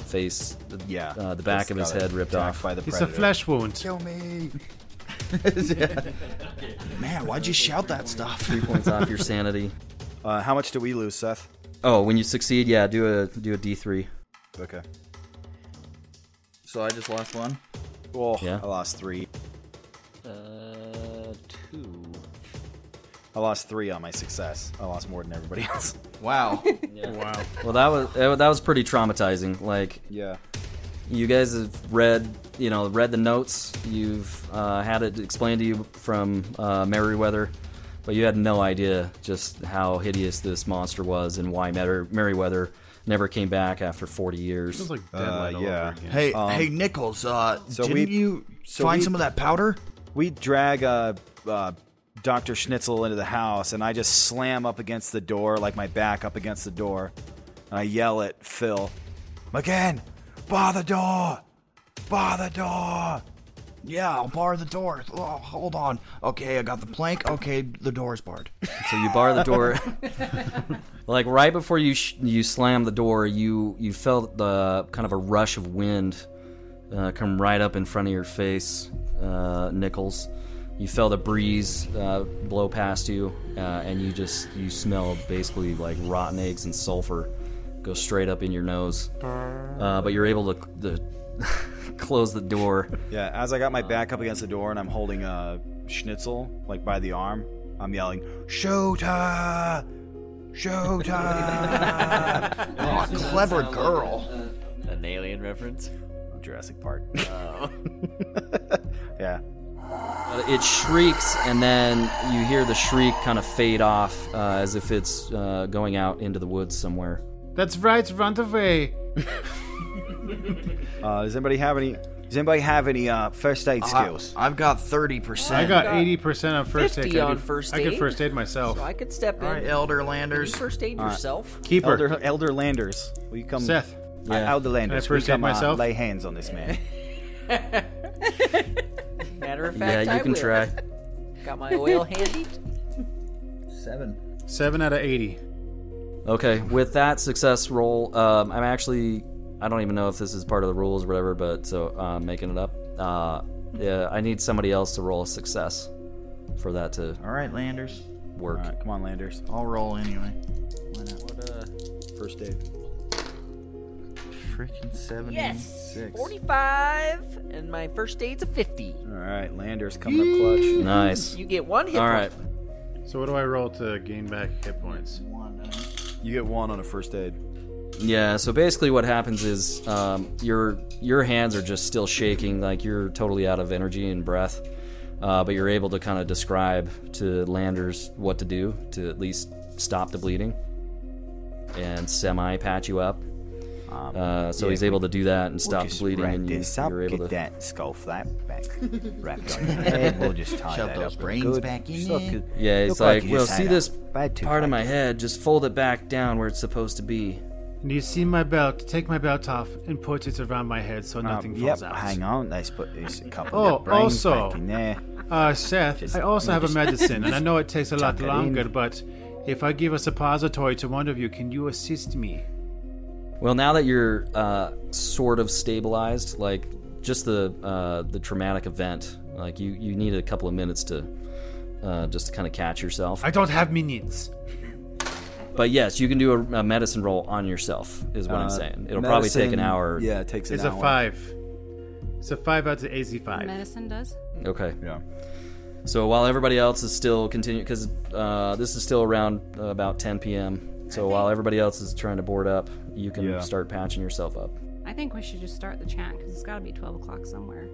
B: face, the,
H: yeah,
B: uh, the back
H: It's
B: of his
H: got
B: head ripped
H: attacked
B: off
H: by the
D: It's a
H: predator.
D: flesh wound.
C: Kill me. Man, why'd you shout that stuff?
B: Three points off your sanity.
H: Uh, how much do we lose, Seth?
B: Oh, when you succeed, yeah, do a do a d3.
H: Okay.
C: So I just lost one.
H: Well,
B: Yeah.
H: I lost three.
B: Uh, two.
H: I lost three on my success. I lost more than everybody else.
C: Wow.
D: Wow.
B: Well, that was eh, that wa- that was pretty traumatizing. Like,
H: Yeah.
B: you guys have read, you know, read the notes. You've uh, had it explained to you from uh, Merriweather, but you had no idea just how hideous this monster was and why Mer- Merriweather never came back after 40 years.
D: Feels like
H: Uh, yeah.
C: Hey,
H: Um,
C: hey, Nichols. Uh,
H: so
C: didn't
H: we-
C: you
H: so
C: find
H: we-
C: some of that powder?
H: We drag uh, uh, Dr. Schnitzel into the house, and I just slam up against the door, like my back up against the door. And I yell at Phil, McGann, bar the door! Bar the door!
C: Yeah, I'll bar the door. Oh, hold on. Okay, I got the plank. Okay, the door's barred.
B: So you bar the door. like right before you sh- you slam the door, you you felt the kind of a rush of wind uh, come right up in front of your face, uh, Nichols. You felt a breeze uh, blow past you, uh, and you just you smell basically like rotten eggs and sulfur go straight up in your nose. Uh, but you're able to, to close the door.
H: Yeah, as I got my back up against the door and I'm holding uh, Schnitzel, like by the arm, I'm yelling, Shoot her! "Ah,
C: Showtime! oh, clever girl.
N: An alien reference?
H: Jurassic Park.
B: Yeah. Uh, It shrieks, and then you hear the shriek kind of fade off uh, as if it's uh, going out into the woods somewhere.
D: That's right, run away.
H: Uh, does anybody have any? Does anybody have any uh, first aid skills?
C: I've got thirty percent.
D: I got eighty percent on first
F: 50
D: aid. I
F: on
D: could-
F: first
D: I could
F: aid.
D: first aid myself.
F: So I could step in.
C: All right, Elder Landers.
F: Can you first aid
H: All right.
F: yourself?
H: Elder, Elder Landers. Will you come?
D: Uh, Seth.
H: Uh,
D: Yeah.
H: Elder Landers.
D: Can I
H: will you
D: first aid
H: come, uh,
D: myself?
H: lay hands on this man.
F: Matter of
H: Yeah,
F: fact,
H: you
F: I
H: can
F: will.
H: try.
F: Got my oil handy.
M: Seven.
D: Seven out of eighty.
B: Okay, with that success roll, um, I'm actually I don't even know if this is part of the rules or whatever, but so uh, I'm making it up. Uh, yeah, I need somebody else to roll a success for that to
C: All right, Landers.
B: work.
H: come on, Landers.
C: I'll roll anyway.
H: What uh, first aid?
C: Freaking seventy-six.
F: Yes, forty-five, and my first aid's a fifty.
H: All right, Landers coming up clutch.
B: Nice.
F: You get one hit. point.
D: So what do I roll to gain back hit points?
H: You get one on a first aid.
B: Yeah. So basically, what happens is um, your your hands are just still shaking, like you're totally out of energy and breath. Uh, but you're able to kind of describe to Landers what to do to at least stop the bleeding and semi patch you up. uh, so
H: Um, yeah,
B: he's
H: we-
B: able to do that and
H: We'll
B: stop the
H: just
B: bleeding,
H: wrap
B: and you,
H: this up,
B: you're able
H: get
B: to.
H: that skull flap back wrapped on your head. We'll just tie
C: Shove
H: that
C: those
H: up
C: brains
H: good.
C: back in
H: Just
C: there.
H: look-
B: Yeah,
H: look
B: he's like,
H: you
B: well,
H: just
B: see
H: had
B: this
H: a
B: part
H: bad tooth
B: of
H: back
B: my
H: in."
B: head, just fold it back down where it's supposed to be.
D: And you see my belt. Take my belt off and put it around my head so
H: Um,
D: nothing
H: yep,
D: falls out.
H: hang on. Let's put this a couple
D: Oh,
H: of brains
D: also-
H: back in there.
D: Uh, Seth,
H: Just-
D: I also have a
H: just-
D: medicine, and I know it takes a lot
H: tuck it in.
D: longer, but if I give a suppository to one of you, can you assist me?
B: Well, now that you're uh, sort of stabilized, like just the uh, the traumatic event, like you you need a couple of minutes to uh, just to kind of catch yourself.
D: I don't have minutes.
B: But yes, you can do a, a medicine roll on yourself, is what
H: Uh,
B: I'm saying. It'll probably take an
H: medicine-
B: hour.
H: yeah, it takes an
D: it's
H: hour.
D: a five. It's a five out of AZ five.
E: Medicine does.
B: Okay. Yeah. So while everybody else is still continuing, because uh, this is still around uh, about 10 p.m. So while everybody else is trying to board up, you can
H: Yeah.
B: start patching yourself up.
E: I think we should just start the chat because it's got to be twelve o'clock somewhere.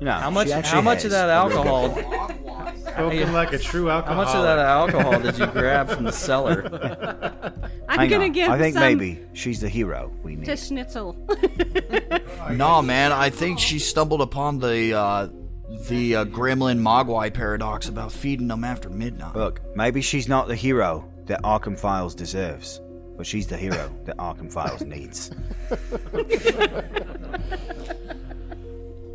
H: No,
B: how
H: she
B: much? How
H: actually
B: much of
H: has
B: that
H: a real
B: alcohol?
H: good
D: Spoken like a true
B: How
D: alcoholic.
B: much of that alcohol did you grab from the cellar?
E: I'm
H: Hang
E: gonna
H: on.
E: give
H: I think
E: some
H: maybe she's the hero we need.
E: to Schnitzel.
C: Nah, man. I think she stumbled upon the uh, the uh, Gremlin Mogwai paradox about feeding them after midnight.
H: Look, maybe she's not the hero that Arkham Files deserves, but she's the hero that Arkham Files needs.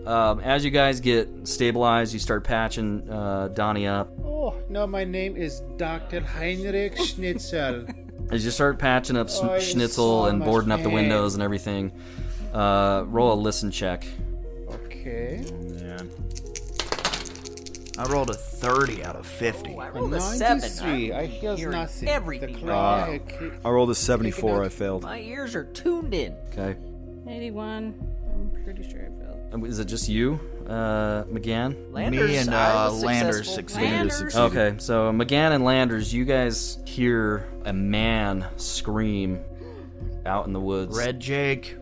B: Um, as you guys get stabilized, you start patching uh, Donnie up.
D: Oh, no, my name is Dr. Heinrich Schnitzel.
B: As you start patching up Schn-
D: Oh, it's
B: Schnitzel
D: so
B: and
D: much
B: boarding up the
D: pain.
B: windows and everything, uh, roll a listen check.
D: okay.
C: I rolled a thirty out of fifty.
E: Oh,
F: I rolled a seven. I'm hearing Everything. right now.
H: Uh, I rolled a 74. I failed.
F: My ears are tuned in.
B: Okay.
E: Eighty-one. I'm pretty sure I failed.
B: Um, Is it just you, uh, McGann?
C: Landers, Me and, I uh, was Landers successful. succeeded. Landers succeeded.
B: Okay, so McGann and Landers, you guys hear a man scream out in the woods.
C: Red Jake.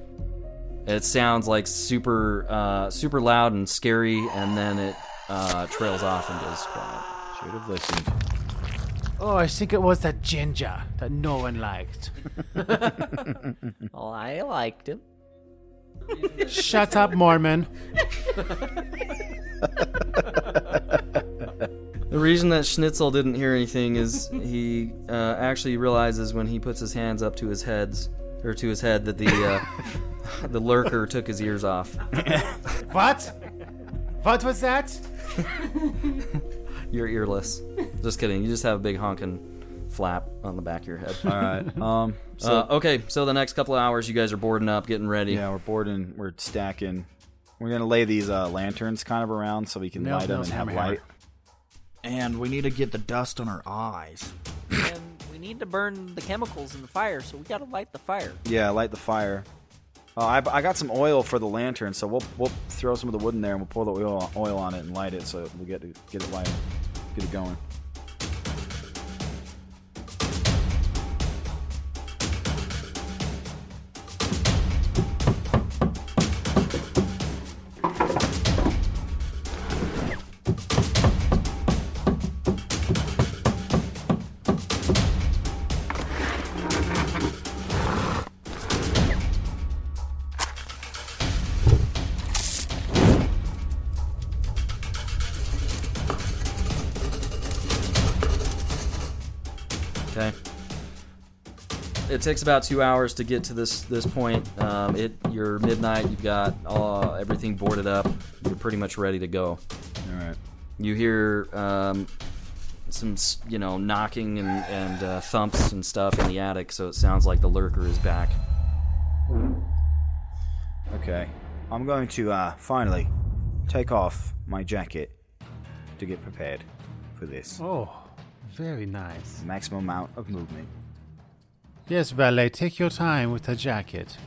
B: It sounds like super, uh, super loud and scary, and then it uh, trails off and goes quiet.
H: Should have listened.
D: Oh, I think it was that ginger that no one liked.
F: Well, I liked him.
D: Shut up, Mormon.
B: The reason that Schnitzel didn't hear anything is he uh, actually realizes when he puts his hands up to his heads or to his head that the uh, the lurker took his ears off.
D: What? What was that?
B: You're earless. Just kidding. You just have a big honking flap on the back of your head.
H: All right. Um. So
B: uh, okay, so the next couple of hours, you guys are boarding up, getting ready.
H: yeah, we're boarding. We're stacking. We're gonna lay these uh, lanterns kind of around so we can
C: Nails,
H: light them
C: nails,
H: and have
C: hammer, hammer.
H: light.
C: And we need to get the dust on our eyes.
F: And we need to burn the chemicals in the fire, so we gotta light the fire.
H: Yeah, light the fire. Uh, I, I got some oil for the lantern, so we'll we'll throw some of the wood in there and we'll pour the oil, oil on it and light it so we get to get it lighted, get it going.
B: it takes about two hours to get to this this point. Um, it you're midnight. You've got uh, everything boarded up. You're pretty much ready to go.
H: All right.
B: You hear um, some s- you know knocking and, and uh, thumps and stuff in the attic, so it sounds like the lurker is back.
H: Okay. I'm going to uh, finally take off my jacket to get prepared for this.
D: Oh, very nice.
H: Maximum amount of movement.
D: Yes, valet, take your time with the jacket.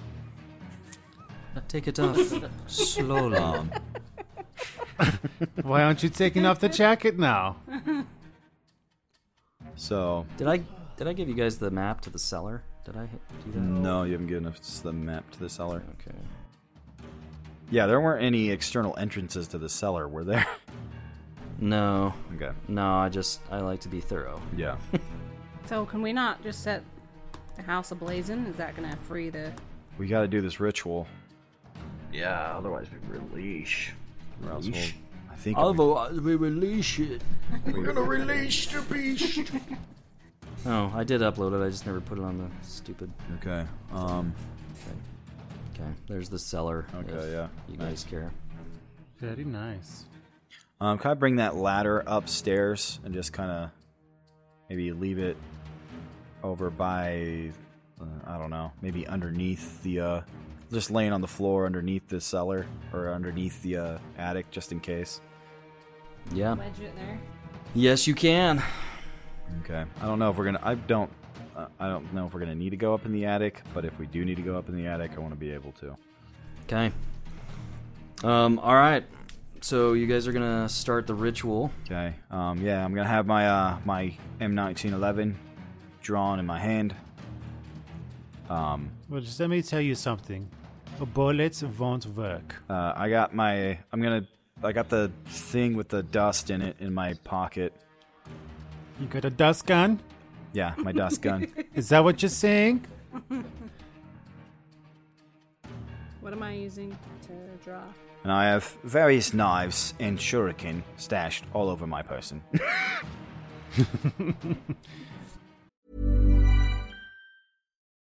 B: Take it off slowly.
D: Why aren't you taking off the jacket now?
H: So
B: Did I did I give you guys the map to the cellar? Did I hit- do that?
H: No, you haven't given us the map to the cellar. Okay. Yeah, there weren't any external entrances to the cellar, were there?
B: No.
H: Okay.
B: No, I just I like to be thorough.
H: Yeah.
E: So can we not just set the house ablazing? Is that gonna free the?
H: We got to do this ritual.
N: Yeah, otherwise we release.
H: Or else we'll, I think
B: Otherwise, uh, we release it.
H: We're gonna
L: release the beast.
B: Oh, I did upload it. I just never put it on the stupid.
H: Okay. Um.
B: Okay. Okay. There's the cellar.
H: Okay. Yeah.
B: You guys care.
D: Very nice.
H: Um, can I bring that ladder upstairs and just kind of maybe leave it over by, uh, I don't know, maybe underneath the, uh, just laying on the floor underneath the cellar or underneath the uh, attic just in case?
B: Yeah.
E: Wedge it there.
B: Yes, you can.
H: Okay. I don't know if we're gonna. I don't. Uh, I don't know if we're gonna need to go up in the attic, but if we do need to go up in the attic, I want to be able to.
B: Okay. Um. All right. So you guys are gonna start the ritual.
H: Okay. Um. Yeah. I'm gonna have my uh my M1911 drawn in my hand. Um.
D: Well, just let me tell you something. Bullets won't work.
H: Uh, I got my. I'm gonna. I got the thing with the dust in it in my pocket.
D: You got a dust gun?
H: Yeah, my dust gun.
D: Is that what you're saying?
E: What am I using to draw?
H: And I have various knives and shuriken stashed all over my person.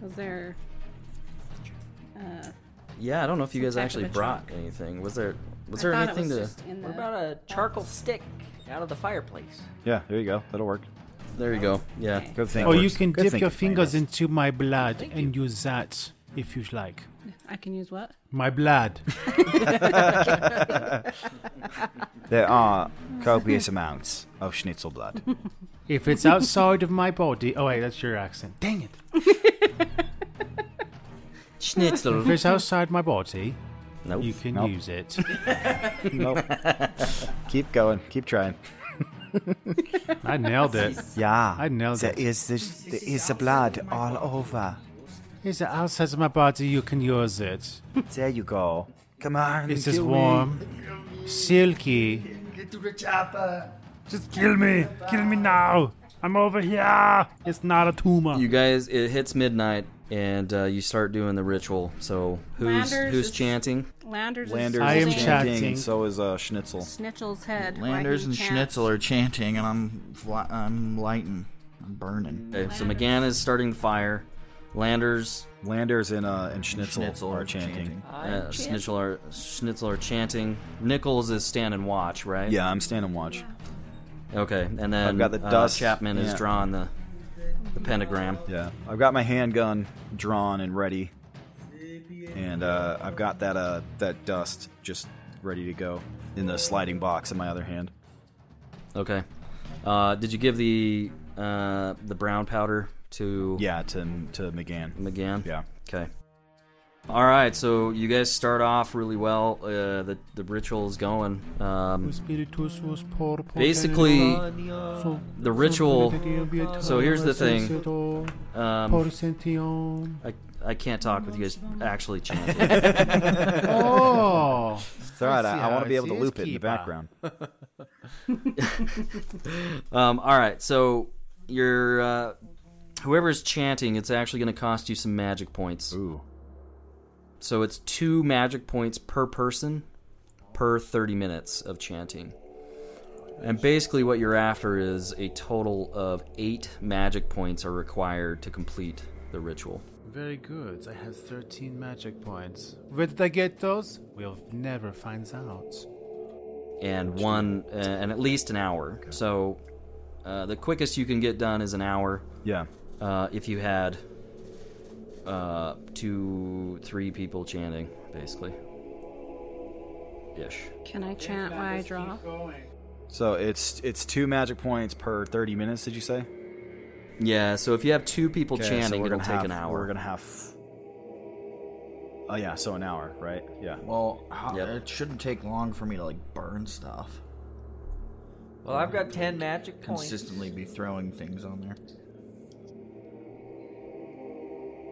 E: Was there? Uh,
B: Yeah. I don't know if you
E: Some
B: guys
E: type of
B: actually
E: a
B: brought anything. Was there? Was
E: I
B: there
E: thought it
B: anything
E: was
B: to?
E: just in the-
F: What about a charcoal stick out of the fireplace?
H: yeah, there you go. That'll work.
B: There you go. Yeah.
H: Good thing.
D: or
H: it
D: Oh, you
H: works.
D: can
H: Good
D: dip
H: thing
D: your
H: it planned
D: fingers into my blood and use that if you like.
E: I can use what?
D: My blood.
H: There are copious amounts of schnitzel blood.
D: if it's outside of my body. Oh, wait, that's your accent. Dang it.
B: Schnitzel.
D: If it's outside my body,
B: nope.
D: you can
H: Nope.
D: use it.
H: nope. Keep going. Keep trying.
D: I nailed it.
H: Yeah.
D: I nailed
H: there
D: it.
H: Is the, there is the blood all over.
D: Is it outside of my body? You can use it.
H: There you go. Come on.
D: This is
H: kill me.
D: warm, silky.
L: Get to the chopper.
D: Just Kill me! Kill me now! I'm over here! It's not a tumor.
B: You guys, it hits midnight and uh, you start doing the ritual. So who's
E: Landers
B: who's
E: is-
B: chanting?
E: Landers.
H: Landers
E: I
H: is
E: am
H: chanting,
E: chanting.
H: and so is uh, Schnitzel.
E: Snitchel's head. while
C: Landers
E: he
C: and
E: chants.
C: Schnitzel are chanting, and I'm fly- I'm lighting, I'm burning.
B: Okay, so McGann is starting the fire. Landers,
H: Landers and uh, and Schnitzel, are chanting.
B: uh, Schnitzel are Schnitzel are chanting. Nichols is standing watch, right?
H: Yeah, I'm standing watch.
B: Okay, and then
H: I've got the
B: uh,
H: dust.
B: Chapman has
H: Yeah.
B: drawn the the pentagram.
H: Yeah, I've got my handgun drawn and ready, and uh, I've got that uh, that dust just ready to go in the sliding box in my other hand.
B: Okay. Uh, did you give the uh, the brown powder to?
H: Yeah, to to McGann.
B: McGann.
H: Yeah.
B: Okay. All right, so you guys start off really well. Uh, the the ritual is going. Um, basically, the ritual. So here's the thing. Um, I, I can't talk with you guys actually chanting.
H: Oh. It's all right, I- I wanna be able to loop it in the background.
B: um, all right, so you're uh, whoever's chanting. It's actually going to cost you some magic points.
H: Ooh.
B: So it's two magic points per person per 30 minutes of chanting. And basically, what you're after is a total of eight magic points are required to complete the ritual.
D: Very good. I have 13 magic points. Where did I get those? We'll never find out.
B: and one uh, and at least an hour. So uh, the quickest you can get done is an hour.
H: Yeah.
B: Uh, if you had uh, two, three people chanting, basically. Ish.
E: Can I chant while I draw?
H: So it's it's two magic points per thirty minutes. Did you say?
B: Yeah. So if you have two people
H: Okay, so
B: chanting,
H: we're
B: it'll
H: gonna
B: take
H: have-
B: an hour.
H: We're gonna have. Oh yeah, so an hour, right? Yeah.
C: Well, how, it shouldn't take long for me to like burn stuff.
F: Well, I've got 10 magic points.
C: Consistently be throwing things on there.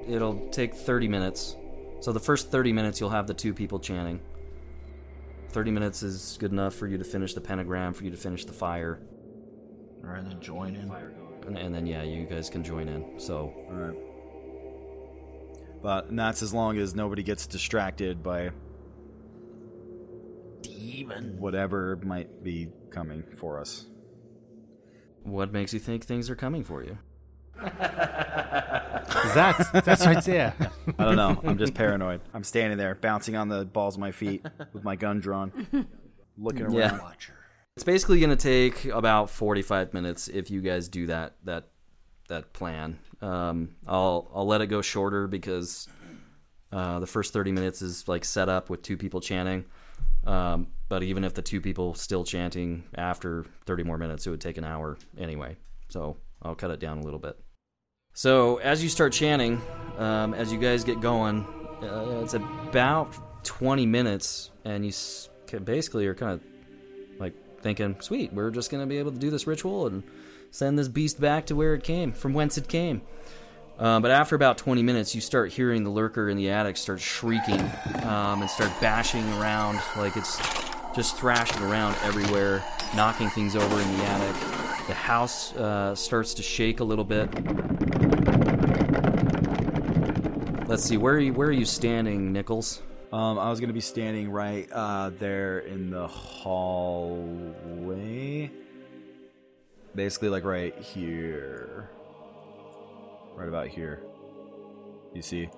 B: It'll take 30 minutes. So the first 30 minutes, you'll have the two people chanting. 30 minutes is good enough for you to finish the pentagram, for you to finish the fire.
C: Or and then join in.
B: And, and then, yeah, you guys can join in. So.
H: Alright. But and that's as long as nobody gets distracted by
C: demon
H: whatever might be coming for us.
B: What makes you think things are coming for you?
H: That's
B: that's right there.
H: I don't know. I'm just paranoid. I'm standing there, bouncing on the balls of my feet with my gun drawn, looking around.
B: Yeah. It's basically going to take about 45 minutes if you guys do that that that plan. Um, I'll I'll let it go shorter because uh, the first 30 minutes is like set up with two people chanting. Um, but even if the two people still chanting after 30 more minutes, it would take an hour anyway. So I'll cut it down a little bit. So as you start chanting, um, as you guys get going, uh, it's about 20 minutes, and you s- ca- basically are kind of like thinking, "Sweet, we're just gonna be able to do this ritual and send this beast back to where it came, from whence it came." Uh, but after about 20 minutes, you start hearing the lurker in the attic start shrieking um, and start bashing around like it's just thrashing around everywhere, knocking things over in the attic. The house uh, starts to shake a little bit. Let's see, where are you, where are you standing, Nichols?
H: Um, I was gonna be standing right uh, there in the hallway, basically like right here, right about here. You see,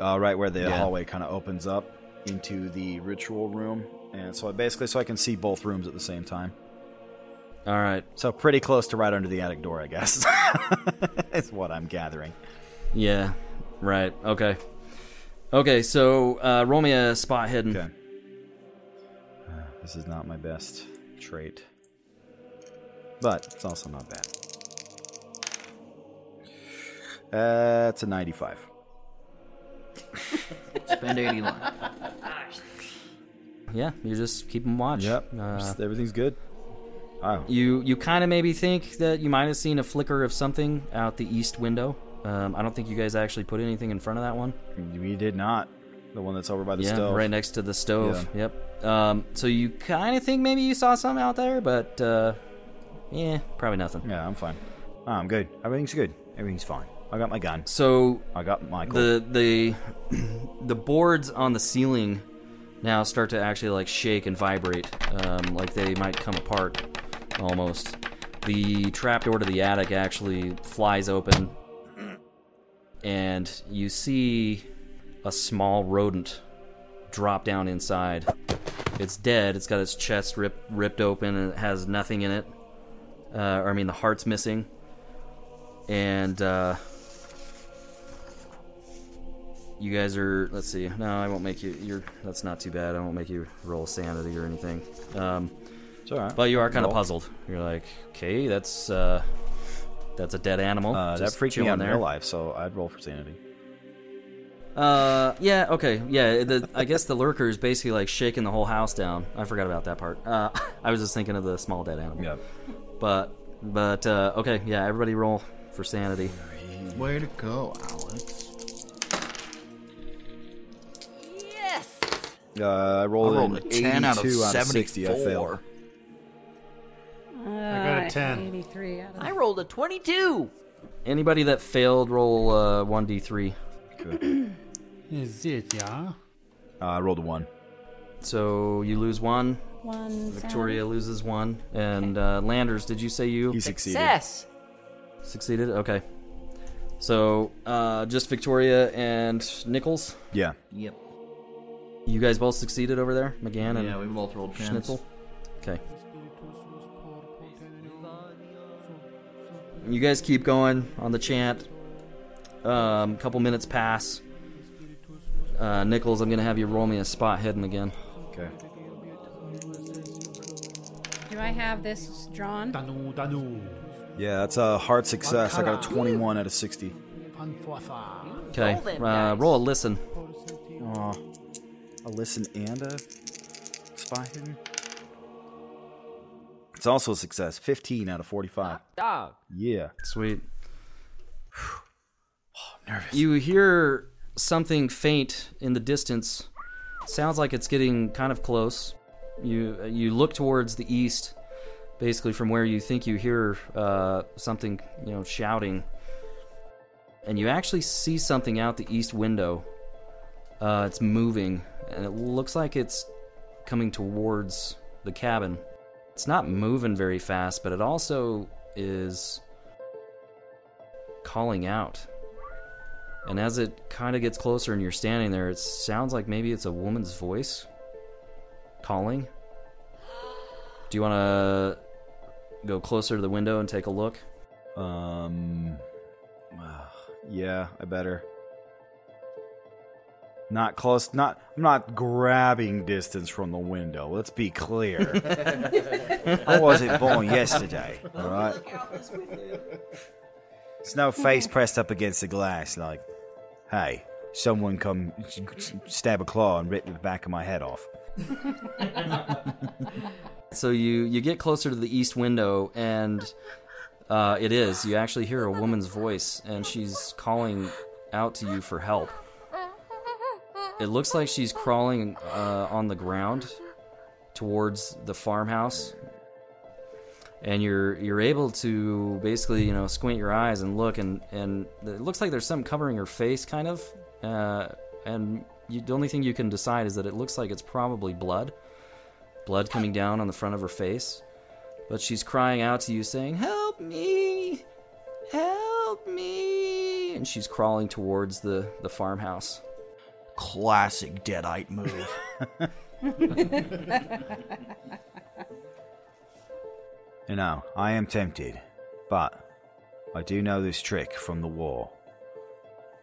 H: uh, right where the
M: Yeah.
H: hallway kind of opens up into the ritual room, and so I basically so I can see both rooms at the same time.
B: All right,
H: so pretty close to right under the attic door, I guess. is what I'm gathering.
B: Yeah, right, okay. Okay, so uh, roll me a spot hidden. Okay.
H: This is not my best trait. But it's also not bad. Uh, it's a 95.
C: Spend 80 line.
B: Yeah, you just keep them watch. Yep,
H: just everything's good.
B: You you kind of maybe think that you might have seen a flicker of something out the east window. Um, I don't think you guys actually put anything in front of that one.
H: We did not. The one that's over by the
B: yeah,
H: stove.
B: right next to the stove. Yep. Um, so you kind of think maybe you saw something out there, but uh, yeah, probably nothing.
H: Yeah, I'm fine. Oh, I'm good. Everything's good. Everything's fine. I got my gun.
B: So
H: I got Michael.
B: The the the boards on the ceiling now start to actually like shake and vibrate, um, like they might come apart almost. The trapdoor to the attic actually flies open, and you see a small rodent drop down inside. It's dead. It's got its chest rip, ripped open, and it has nothing in it. uh, or I mean the heart's missing, and uh, you guys are. Let's see. No, I won't make you. You're. That's not too bad. I won't make you roll sanity or anything. Um,
H: It's all right.
B: But you are kind of
H: Roll.
B: puzzled. You're like, okay, that's uh, that's a dead animal.
H: Uh, that
B: Just
H: freaked me
B: chilling
H: out in
B: there.
H: real life, so I'd roll for sanity.
B: Uh, yeah, okay, yeah. The, I guess the lurker is basically like shaking the whole house down. I forgot about that part. Uh, I was just thinking of the small dead animal. Yeah. But, but uh, okay, yeah. Everybody roll for sanity.
O: Way to go, Alex.
H: Uh, I rolled,
C: I rolled
H: an
C: a 10 out of
H: 82 60. I failed.
C: 74.
E: Uh,
B: 10.
E: 83 out of
F: I rolled a 22.
B: Anybody that failed, roll uh, one d three.
D: Is it, yeah?
H: Uh, I rolled a one.
B: So you lose one.
E: One
B: Victoria loses one, and uh, Landers, did you say you? You succeeded.
F: Success.
B: Succeeded. Okay. So uh, just Victoria and Nichols.
H: Yeah.
F: Yep.
B: You guys both succeeded over there, McGann and
M: Yeah, we both rolled tens.
B: Schnitzel. Okay. You guys keep going on the chant. Um, couple minutes pass. Uh, Nichols, I'm gonna have you roll me a spot hidden again.
H: Okay.
E: Do I have this drawn?
D: Danu, danu.
H: Yeah, that's a hard success. I got a 21 out of 60.
B: Okay. Uh, roll a listen.
H: Aw. a listen and a spy hidden. It's also a success. 15 out of 45.
F: Dog.
H: Yeah.
B: Sweet. You hear something faint in the distance. Sounds like it's getting kind of close. You you look towards the east, basically from where you think you hear uh, something, you know, shouting. And you actually see something out the east window. Uh, it's moving, and it looks like it's coming towards the cabin. It's not moving very fast, but it also is calling out. And as it kind of gets closer and you're standing there, it sounds like maybe it's a woman's voice calling. Do you want to go closer to the window and take a look?
H: Um, yeah, I better. Not close. Not. I'm not grabbing distance from the window. Let's be clear. I wasn't born yesterday. All right. It's no face pressed up against the glass. Like, hey, someone come s- s- stab a claw and rip the back of my head off.
B: so you you get closer to the east window and uh, it is you actually hear a woman's voice and she's calling out to you for help it looks like she's crawling uh, on the ground towards the farmhouse and you're you're able to basically you know squint your eyes and look and and it looks like there's something covering her face kind of uh, and you, the only thing you can decide is that it looks like it's probably blood blood coming down on the front of her face but she's crying out to you saying help me help me and she's crawling towards the the farmhouse
C: classic deadite move
H: You know, I am tempted, but I do know this trick from the war.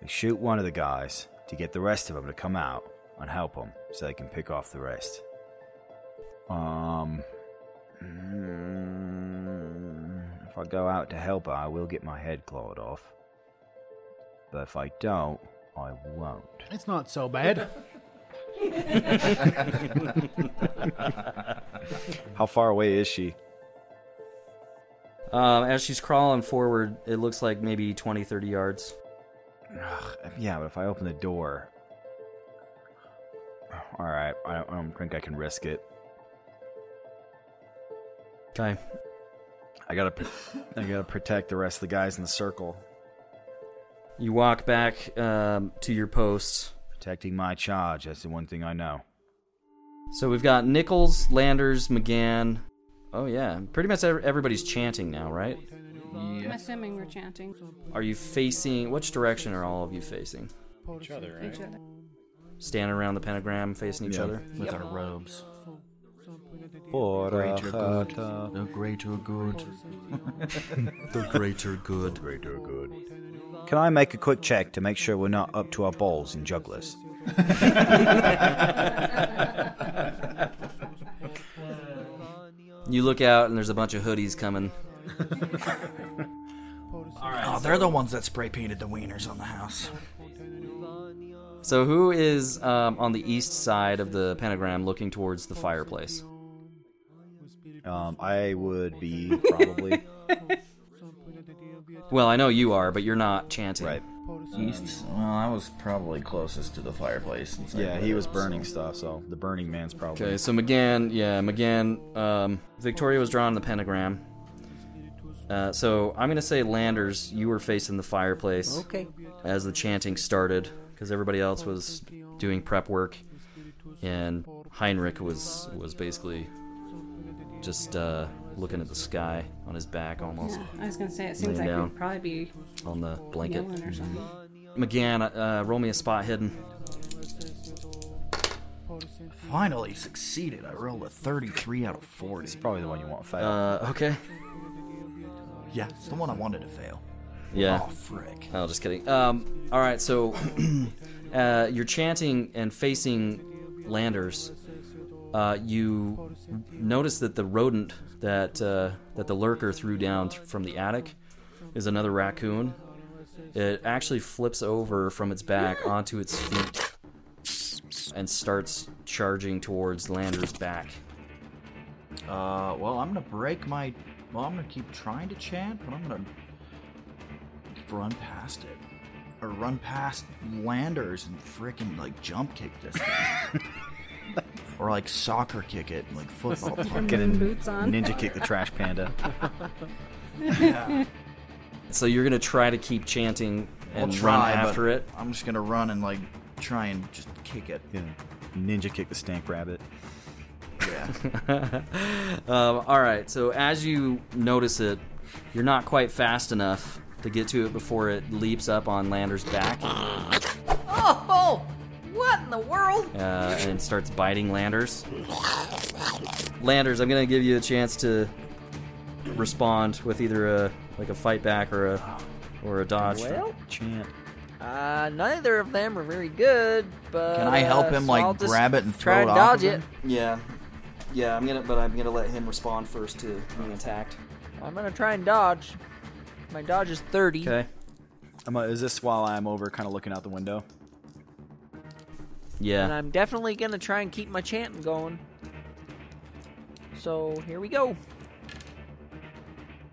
H: They shoot one of the guys to get the rest of them to come out and help them so they can pick off the rest. Um. mm, If I go out to help her, I will get my head clawed off. But if I don't, I won't.
D: It's not so bad.
H: How far away is she?
B: um, as she's crawling forward it looks like maybe 20 30 yards
H: Yeah, but if I open the door. Alright, I don't, I don't think I can risk it.
B: Okay.
H: I gotta, pr- I gotta protect the rest of the guys in the circle.
B: You walk back um, to your posts.
H: Protecting my charge, that's the one thing I know.
B: so we've got nichols landers mcgann oh yeah pretty much ev- everybody's chanting now right
E: I'm assuming we're chanting.
B: are you facing which direction are all of you facing
J: Each other,
E: Each
J: right?
E: other.
B: standing around the pentagram facing each
J: Yeah,
B: other
J: with Yep. our
B: robes
J: for
H: uh,
J: a
O: Greater good.
J: hurt.
O: The greater good.
H: The greater good. Can I make a quick check to make sure we're not up to our balls in jugglers?
B: You look out, and there's a bunch of hoodies coming.
C: oh, they're the ones that spray painted the wieners on the house.
B: So, who is um, on the east side of the pentagram looking towards the fireplace?
H: Um, I would be probably.
B: Well, I know you are, but you're not chanting.
H: Right.
M: East. Well, I was probably closest to the fireplace. Since I
H: yeah,
M: did
H: he
M: it,
H: was
M: so-
H: burning stuff, so the Burning Man's probably.
B: Okay, so McGann, yeah, McGann, um, Victoria was drawing the pentagram. Uh, so I'm gonna say Landers, you were facing the fireplace.
F: Okay.
B: As the chanting started, because everybody else was doing prep work, and Heinrich was was basically just uh, looking at the sky on his back almost.
E: Yeah, I was gonna say, it seems
B: Laying
E: like
B: down
E: we'd probably be
B: on the blanket.
E: yelling or something.
B: McGann, uh, roll me a spot hidden.
C: Finally succeeded. I rolled a 33 out of 40. It's
H: probably the one you want to fail.
B: Uh, okay.
C: Yeah, it's the one I wanted to fail.
B: Yeah.
C: Oh, frick.
B: Oh, just kidding. Um, all right, so uh, you're chanting and facing Landers. Uh, you notice that the rodent that uh, that the lurker threw down th- from the attic is another raccoon. It actually flips over from its back onto its feet and starts charging towards Landers' back.
C: Uh, well, I'm gonna break my. Well, I'm gonna keep trying to chant, but I'm gonna run past it, or run past Landers and freaking like jump kick this thing, or like soccer kick it, like football.
E: Put
C: punch
E: your
C: it.
E: moon boots on. Ninja
H: kick the trash panda.
C: Yeah.
B: So you're gonna try to keep chanting and
C: I'll try,
B: run
C: but
B: after it.
C: I'm just gonna run and like try and just kick it.
H: Yeah. Ninja kick the stank rabbit.
B: Yeah. um, all right. So as you notice it, you're not quite fast enough to get to it before it leaps up on Lander's back uh,
F: Oh, oh, what in the world?
B: and starts biting Landers. Landers, I'm gonna give you a chance to respond with either a like a fight back or a or a dodge.
F: Well.
H: chant.
F: Uh, neither of them are very good, but
B: Can I help him,
F: Uh, so
B: like,
F: I'll just
B: grab it and
F: try
B: throw
F: and
B: it off
F: dodge
B: of
F: it.
B: him? Yeah, yeah. I'm gonna, but I'm gonna let him respond first to being attacked.
F: I'm gonna try and dodge. My dodge is 30.
B: Okay.
H: I'm, uh, is this while I'm over, kind of looking out the window?
F: And
B: Yeah.
F: I'm definitely gonna try and keep my chanting going. So here we go.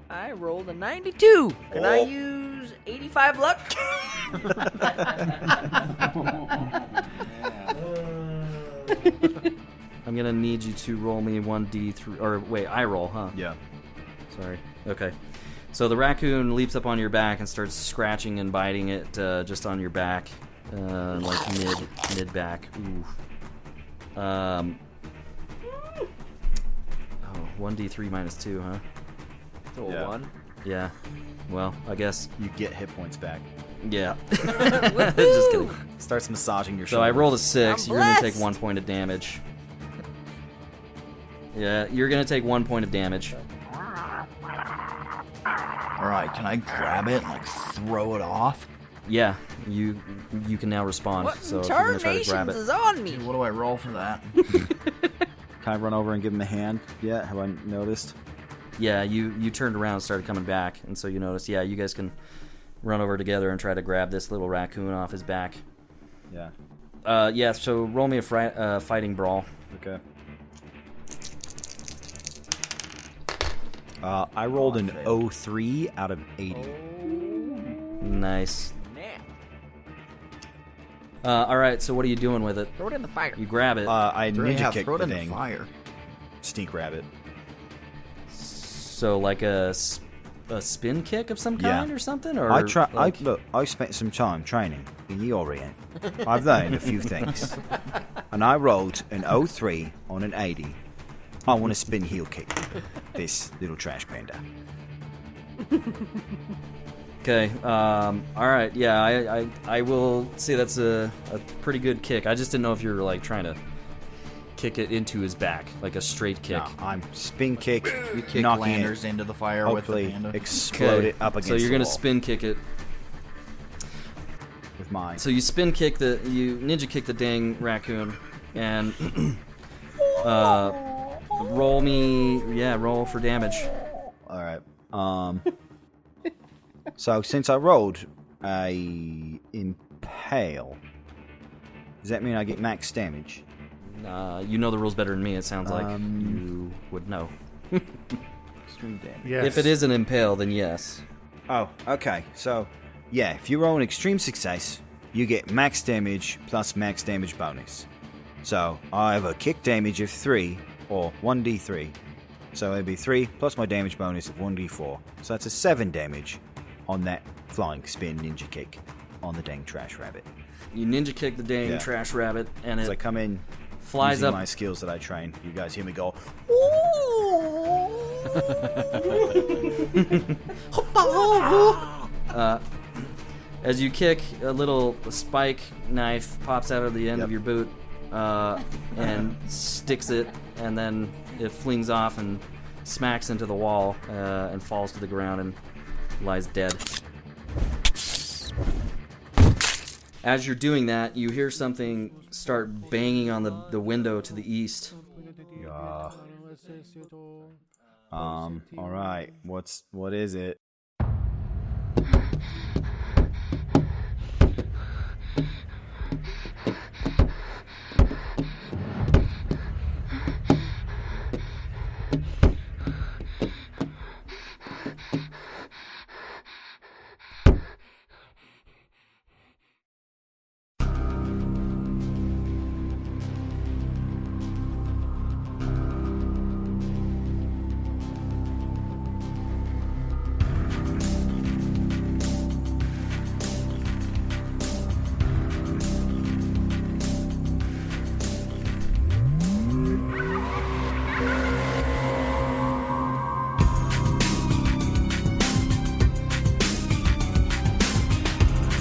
F: I rolled a 92. Can I
L: Oh.
F: use 85 luck?
B: I'm gonna need you to roll me one d three, or wait, I roll, huh?
H: Yeah.
B: Sorry. Okay. So the raccoon leaps up on your back and starts scratching and biting it uh, just on your back, uh, like mid mid back. Ooh. Um. Oh, one d three minus two, huh?
F: Roll Yeah. one.
B: Yeah. Well, I guess
H: you get hit points back.
B: Yeah.
F: Woohoo!
B: just kidding.
H: Starts massaging your
B: So I
H: shoulder.
B: rolled a 6
F: I'm
B: you're gonna take
F: blessed.
B: one point of damage. Yeah, you're gonna take one point of damage.
C: All right, can I grab it and like throw it off?
B: Yeah, you you can now respond. so if you're gonna try to grab it.
F: on me?
C: what do I roll for that?
H: Can I run over and give him a hand yet? Have I noticed?
B: Yeah, you you turned around and started coming back, and so you notice. Yeah, you guys can run over together and try to grab this little raccoon off his back.
H: Yeah.
B: Uh, yeah. So roll me a fri- uh, fighting brawl.
H: Okay. Uh, I
B: Oh,
H: rolled an 03 out of 80.
B: Nice. Uh, all right. So what are you doing with it?
F: Throw it in the fire.
B: You grab it.
H: Uh, I ninja
B: yeah,
H: kicked
B: throw it
H: the
B: in the
H: thing. fire. Stink rabbit.
B: So like a s- a spin kick of some kind or something, or
H: I try.
B: like-
H: I look. I spent some time training in the Orient. I've learned a few things, and I rolled an 03 on an 80. I want to spin heel kick this little trash panda.
B: Okay. Um, all right. Yeah. I, I I will say that's a, a pretty good kick. I just didn't know if you were like trying to kick it into his back, like a straight kick.
H: I'm spin kick,
C: You kick
H: knocking
C: Landers
H: it,
C: into the fire with the
H: hopefully
C: panda.
H: explode
B: Okay,
H: it up against
B: So you're
H: the
B: gonna
H: wall
B: spin kick it.
H: with mine.
B: So you spin kick the you ninja kick the dang raccoon, and uh, roll me yeah roll for damage.
H: All right. Um. so since I rolled a impale, does that mean I get max damage?
B: Uh, you know the rules better than me. It sounds like
H: Um,
B: you would know.
H: Extreme damage.
B: If it is an impale, then yes.
H: Oh, okay. So, yeah, if you roll an extreme success, you get max damage plus max damage bonus. So, I have a kick damage of 3, or 1d3. So, it'd be 3 plus my damage bonus of 1d4. So, that's a 7 damage on that flying spin ninja kick on the dang trash rabbit.
B: You ninja kick the dang
H: Yeah.
B: trash rabbit, and
H: As
B: it
H: I come in,
B: flies
H: using
B: up.
H: my skills that I train, you guys hear me go,
B: uh, as you kick, a little spike knife pops out of the end of your boot uh, and sticks it, and then it flings off and smacks into the wall uh, and falls to the ground and lies dead. As you're doing that, you hear something start banging on the, the window to the east.
H: Um, all right. What's what is it?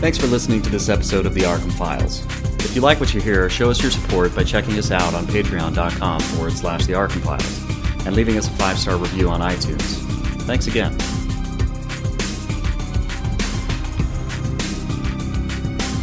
B: Thanks for listening to this episode of the Arkham Files. If you like what you hear, show us your support by checking us out on patreon.com forward slash the Arkham Files and leaving us a five star review on iTunes. Thanks again.